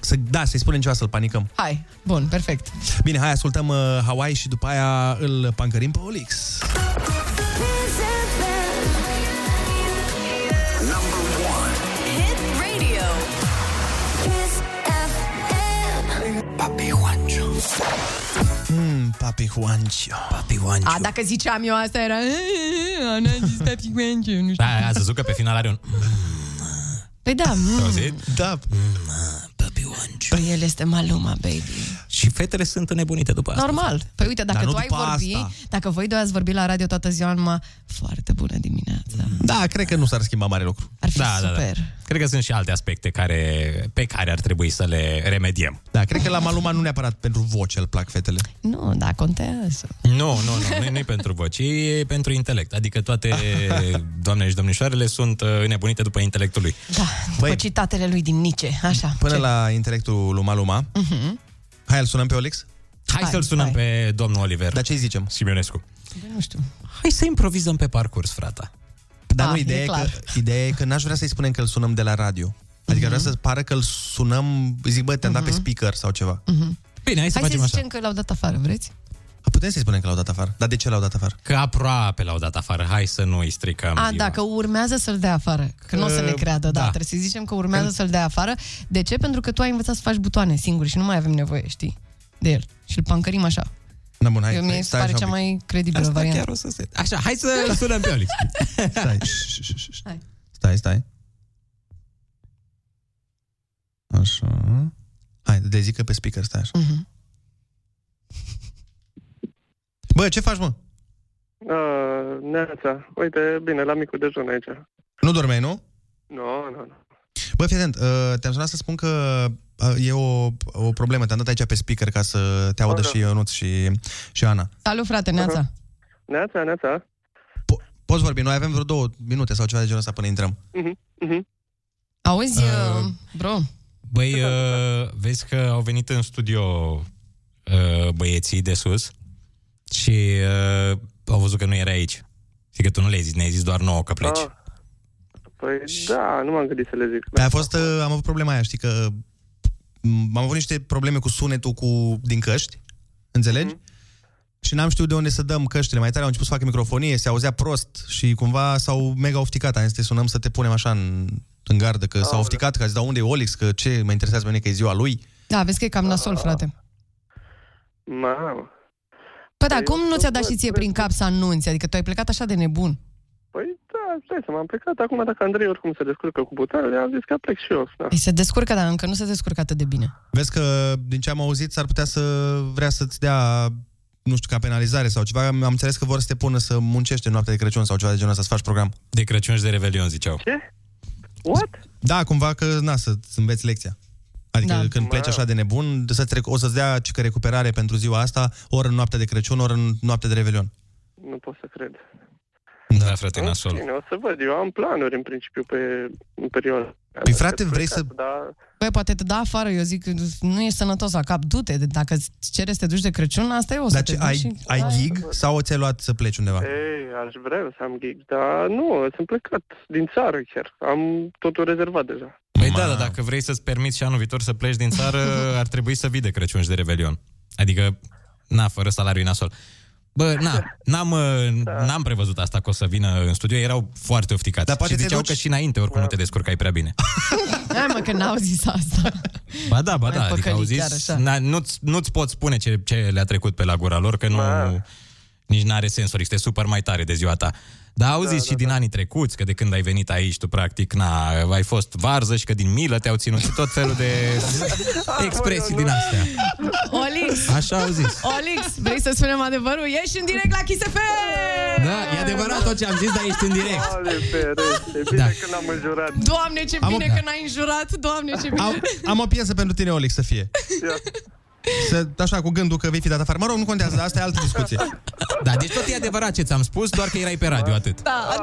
Să, da, să-i spunem ceva, să-l panicăm. Hai, bun, perfect. Bine, hai, ascultăm uh, Hawaii și după aia îl pancărim pe Olix. Papi Juancho. Mm, papi Juancio. Papi Juancio. A, dacă ziceam eu asta era... Ana zis Papi Juancio, nu știu. Da, ați văzut că pe final are un... Păi da, Te mm, auzit? Da. păi el este Maluma, baby. Și fetele sunt înnebunite după asta. Normal. Păi uite, dacă Dar nu tu ai după vorbi, asta. dacă voi doi ați vorbit la radio toată ziua, numai foarte bună dimineața. Da, cred că nu s-ar schimba mare lucru. Ar fi da, Da, super. da. Cred că sunt și alte aspecte care, pe care ar trebui să le remediem. Da, cred că la Maluma nu neapărat pentru voce îl plac fetele. Nu, da, contează. Nu, nu, nu, nu, nu e pentru voci, e pentru intelect. Adică toate Ah. doamnele și domnișoarele sunt uh, înnebunite după intelectul lui. Da, după citatele lui din Nice, așa. Până la intelectul lui Maluma, Mhm. hai îl sunăm pe Olix? Hai, Hai, să-l sunăm hai. pe domnul Oliver. Dar ce zicem? Simionescu. Bă, Nu știu. Hai să improvizăm pe parcurs, frata. Dar Ah, nu, e ideea e, că, clar. ideea e că n-aș vrea să-i spunem că îl sunăm de la radio. Mhm. Adică mm-hmm. vreau să pară că îl sunăm, zic, bă, te-am mm-hmm. dat pe speaker sau ceva. Mhm. Bine, hai să Hai să facem așa. zicem că l-au dat afară, vreți? Putem să-i spunem că l-au dat afară. Dar de ce l-au dat afară? Că aproape l-au dat afară, hai să nu îi stricăm A, ziua. dacă urmează să-l dea afară. Că nu o să ne Că- creadă, da. da. Trebuie să zicem că urmează să-l dea afară. De ce? Pentru că tu ai învățat să faci butoane singuri și nu mai avem nevoie, știi, de el. Și-l pancărim așa. Da, bun, Eu mi se pare cea mai credibilă Asta variantă. chiar o să se... Așa, hai să sunăm pe Olix. Stai, Hai. stai, stai. Așa. Hai, de zic că pe speaker, stai așa. Mm-hmm. Bă, ce faci, mă? Uh, neața. Uite, bine, la micul dejun aici. Nu dormeai, nu? Nu, nu, nu. Bă, fii atent, uh, te-am sunat să spun că uh, e o, o problemă. Te-am dat aici pe speaker ca să te audă Bună. și Ionuț și, și Ana. Salut, frate, Neața. Neața, neața. Poți vorbi, noi avem vreo două minute sau ceva de genul ăsta până intrăm. Auzi, uh, bro, Băi, uh, vezi că au venit în studio uh, băieții de sus și uh, au văzut că nu era aici. Și că tu nu le-ai zis, ne-ai zis doar nouă că pleci. Ah. Păi da, nu m-am gândit să le zic. Păi a fost, uh, am avut problema aia, știi că m- am avut niște probleme cu sunetul cu, din căști, înțelegi? Și n-am știut de unde să dăm căștile mai tare, au început să facă microfonie, se auzea prost și cumva s-au mega ofticat. Am zis, te sunăm să te punem așa în, în gardă, că s-au ofticat, că a zis, dar unde e Olix, că ce mă interesează pe mine, că e ziua lui. da, vezi că e cam nasol, frate. Mamă. Păi da, cum nu ți-a dat și ție prin cap să anunți? Adică tu ai plecat așa de nebun. Păi da, stai să m-am plecat. Acum dacă Andrei oricum se descurcă cu butoanele, am zis că plec și eu. Da. Îi se descurcă, dar încă nu se descurcă atât de bine. Vezi că, din ce am auzit, s-ar putea să vrea să-ți dea nu știu, ca penalizare sau ceva, am am înțeles că vor să te pună să muncești în noaptea de Crăciun sau ceva de genul ăsta, să faci program. De Crăciun și de Revelion, ziceau. What? Da, cumva că, na, să înveți lecția. Adică Da. da. când pleci așa de nebun, să-ți rec- o să-ți dea cică recuperare pentru ziua asta, ori în noaptea de Crăciun, ori în noaptea de Revelion. Nu pot să cred. Da, frate, nasol. Bine, o să văd. Eu am planuri în principiu pe în perioada. Păi, frate, vrei să- Da, Băi, poate te da afară, eu zic, nu ești sănătos la cap, du-te, dacă îți cere să te duci de Crăciun, asta e o să Dar te ce, duci ai, și... ai gig sau ți-ai luat să pleci undeva? ei, aș vrea să am gig, dar nu, sunt plecat din țară chiar. Am totul rezervat deja. Păi da, dar dacă vrei să-ți permiți și anul viitor să pleci din țară, ar trebui să vii de Crăciun și de Revelion. Adică, na, fără salariu e nasol. Bă, na, n-am, uh, Da. n-am prevăzut asta că o să vină în studio, erau foarte ofticați. Dar poate și te ziceau duci- că și înainte oricum nu te descurcai prea bine. Hai mă, că n-au zis asta. Ba da, ba Mai da, adică au păcălit, chiar zis, așa. na, nu-ți, nu-ți pot spune ce, ce le-a trecut pe la gura lor, că nu, nici n-are sens, Orix, te super mai tare de ziua ta. Dar au zis da, și din anii trecuți, că de când ai venit aici, tu practic, na, ai fost varză și că din milă te-au ținut și tot felul de expresii din astea. Olix, Așa au zis. Olix, vrei să spunem adevărul? Ești în direct la Kiss FM! Da, e adevărat tot ce am zis, dar ești în direct. Ale ferește, bine Da. că n-am înjurat. Doamne, ce Am o- bine că n-ai înjurat, doamne, ce bine. Am, am o piesă pentru tine, Olic, să fie. Să, așa, cu gândul că vei fi dat afară. Mă rog, nu contează, dar asta e altă discuție. Da, deci tot e adevărat ce ți-am spus, doar că erai pe radio, atât. Da.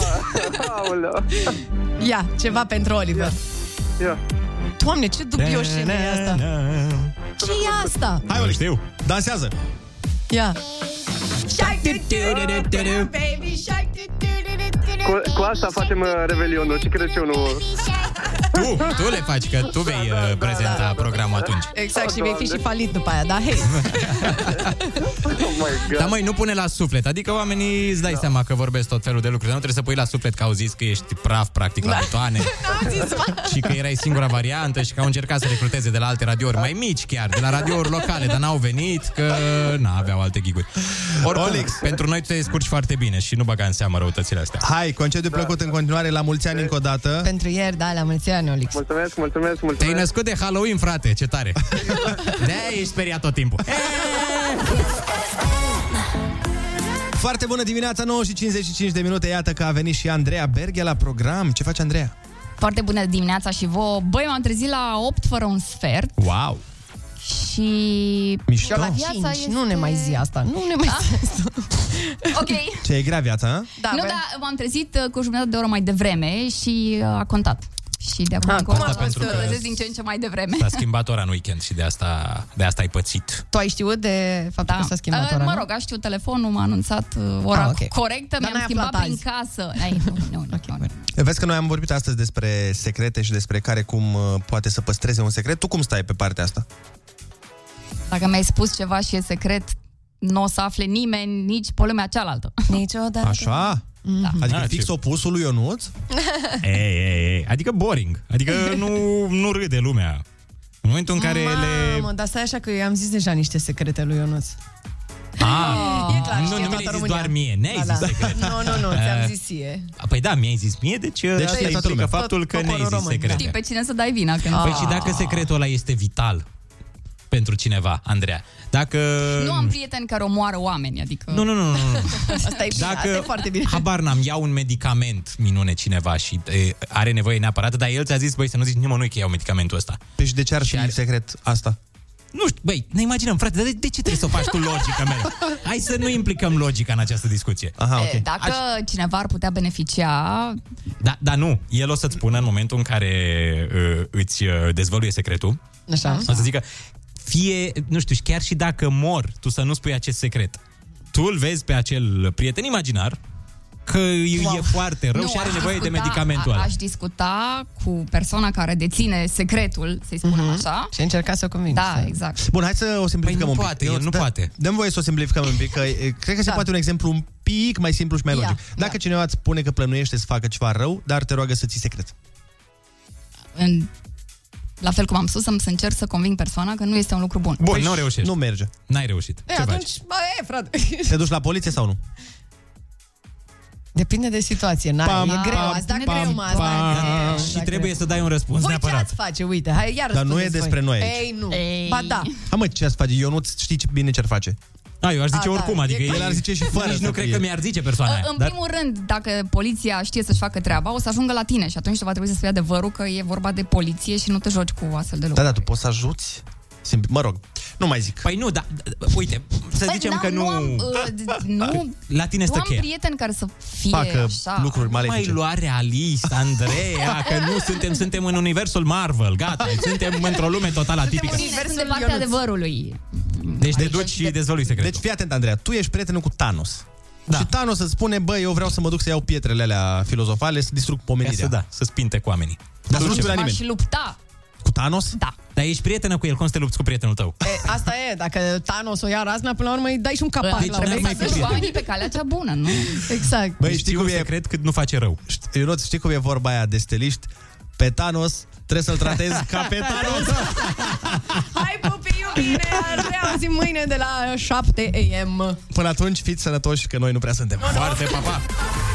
Ia, ceva pentru Oliver. Ia. Doamne, ce dubioșenie Da, e asta. ce e asta? Hai, Olic, știu. Dansează. Ia. Cu, cu asta facem uh, Revelionul și Crăciunul. Da, Tu, tu le faci, că tu vei uh, prezenta programul atunci. Exact, și vei fi și falit după aia, da? Hei! Oh Dar măi, nu pune la suflet. Adică oamenii îți dai da. seama că vorbesc tot felul de lucruri. Nu trebuie să pui la suflet că au zis că ești praf, practic, la butoane. și că erai singura variantă și că au încercat să recruteze de la alte radiouri mai mici chiar, de la radiouri locale, dar n-au venit că n-aveau alte giguri. Oricum, Olix. pentru noi tu te descurci foarte bine și nu băga în seamă răutățile astea. Hai, concediu plăcut în continuare, la mulți ani încă o dată. Pentru ieri, da, la mulți ani, Olix. Mulțumesc, mulțumesc, mulțumesc. Te-ai născut de Halloween, frate, ce tare. De-aia ești speriat tot timpul. Foarte bună dimineața, 9 și 55 de minute. Iată că a venit și Andreea Berghe la program. Ce face Andreea? Foarte bună dimineața și vouă. Băi, m-am trezit la 8 fără un sfert Wow! și... Mișto. La viața Cinci, este... Da. nu ne mai zi asta, nu ne mai zi asta. ok, Ce e grea viața, a? Da, nu, dar m-am trezit uh, cu jumătate de oră mai devreme și uh, a contat. Și de acum Ah, încolo cum o asta pentru să că- da. trezesc din ce în ce mai devreme. S-a schimbat ora în weekend și de asta, de asta ai pățit. Tu ai știut de faptul că s-a schimbat Uh, ora, mă nu? rog, a știut telefonul, m-a anunțat uh, ora Ah, ah, ok. okay. corectă, Dar mi-am n-ai schimbat aflat prin azi. casă. Ai, nu, nu, nu, nu. Vezi că noi am vorbit astăzi despre secrete și despre care cum uh, poate să păstreze un secret. Tu cum stai pe partea asta? Dacă mi-ai spus ceva și e secret, nu o să afle nimeni nici pe lumea cealaltă. Niciodată. Așa? Da. Adică Ah, fix ce- opusul lui Ionuț? Ei, ei, ei. Adică boring. Adică nu, nu râde lumea. În momentul în care le... Mamă, dar stai așa că eu am zis deja niște secrete lui Ionuț. Ah, E clar, nu, știe nu mi toată le-ai zis România. doar mie, ne-ai Da, zis da. secret. Nu, nu, nu, Eh, ți-am zis e. Păi da, mi-ai zis mie, deci, deci asta știe toată explică lumea. faptul că Tot ne-ai poporul zis român, secrete. păi- Știi pe cine să dai vina când... Păi și Ah. dacă secretul ăla este vital pentru cineva, Andreea, dacă... Nu am prieteni care omoară oameni, adică... Nu, nu, nu, nu. nu. Asta e bine, Dacă, asta e foarte bine. habar n-am, ia un medicament minune cineva și e, are nevoie neapărat, dar el ți-a zis, băi, să nu zici nimănui că iau medicamentul ăsta. Deci de ce ar fi secret asta? Nu știu, băi, ne imaginăm, frate, dar de, de ce trebuie să o faci tu logica mea? Hai să nu implicăm logica în această discuție. Aha, E, Dacă cineva ar putea beneficia, Da, da, nu. El o să-ți spună în momentul în care uh, îți uh, dezvăluie secretul. Așa. O să zică, fie, nu știu, și chiar și dacă mor, tu să nu spui acest secret. Tu îl vezi pe acel prieten imaginar că wow. e foarte rău nu, și are aș nevoie de discuta- medicamentul a- ăla. Aș discuta cu persoana care deține secretul, să-i spunem mm-hmm. așa. Mhm. Și încerca să o convingi. Da, exact. Bun, hai să o simplificăm Păi nu un pic. poate, el Eu- nu da, poate. Dăm voie să o simplificăm un pic, că e, cred că se Da. poate un exemplu un pic mai simplu și mai Ia, logic. Dacă cineva îți spune că plănuiește să facă ceva rău, dar te roagă să ții secret. În, la fel cum am spus, am să încerc să conving persoana că nu este un lucru bun. Bun, Păi nu reușești. Păi Nu merge. N-ai reușit. E, Păi Ce faci? atunci, bă, e, frate. Te duci la poliție sau nu? Depinde de situație, n-ai, Pam, e greu, pam, azi, da, pam, greu, mă, azi, da, greu, Și da, trebuie greu. să dai un răspuns Voi ce neapărat. ați face? Uite, hai, iar Dar nu răspundeți e despre voi. noi aici. Ei, nu. Ba da. Ha, mă, ce ați face? Eu nu știi ce- bine ce-ar face. A, eu aș zice A, da, oricum, e adică clar. El ar zice și fără Nici să nu fie. cred că mi-ar zice persoana aia. În primul rând, dacă poliția știe să-și facă treaba, o să ajungă la tine și atunci va trebui să spui adevărul că e vorba de poliție și nu te joci cu astfel de Da, lucruri. da, tu poți să ajuți? Simpli- Mă rog, nu mai zic. Păi nu, da, da, uite, să Păi, zicem da, că nu... Nu, am, uh, d- nu, La tine nu stă am cheia. prieteni care să fie Facă așa. uh, lucruri mai malefice. lua realist, Andreea, că nu suntem, suntem în universul Marvel, gata, suntem într-o lume total atipică. Sunt de partea adevărului. Deci te duci și dezvălui secretul. Deci fii atent, Andreea, tu ești prietenul cu Thanos. Da. Și Thanos îți spune, bă, eu vreau să mă duc să iau pietrele alea filozofale, să distrug Ia pomenirea. să da, să spinte cu oamenii. Dar să nu Ducem. spunea M-aș nimeni. lupta. Cu Thanos? Da. Dar ești prietenă cu el, cum să te lupți cu prietenul tău? E, asta e, dacă Thanos o ia razna, până la urmă îi dai și un capac Deci la n-ai mână. mai fi Să-și prieten. oamenii pe calea cea bună, nu? Exact. Băi, Deci știi știu cum un e- secret cât nu face rău. Ști- Ionuț, știi cum e vorba aia de steliști? Pe Thanos trebuie să-l tratezi ca pe Thanos. Hai, pupi, iubire! Ne auzim mâine de la 7 am. Până atunci, fiți sănătoși, că noi nu prea suntem. Foarte, papa!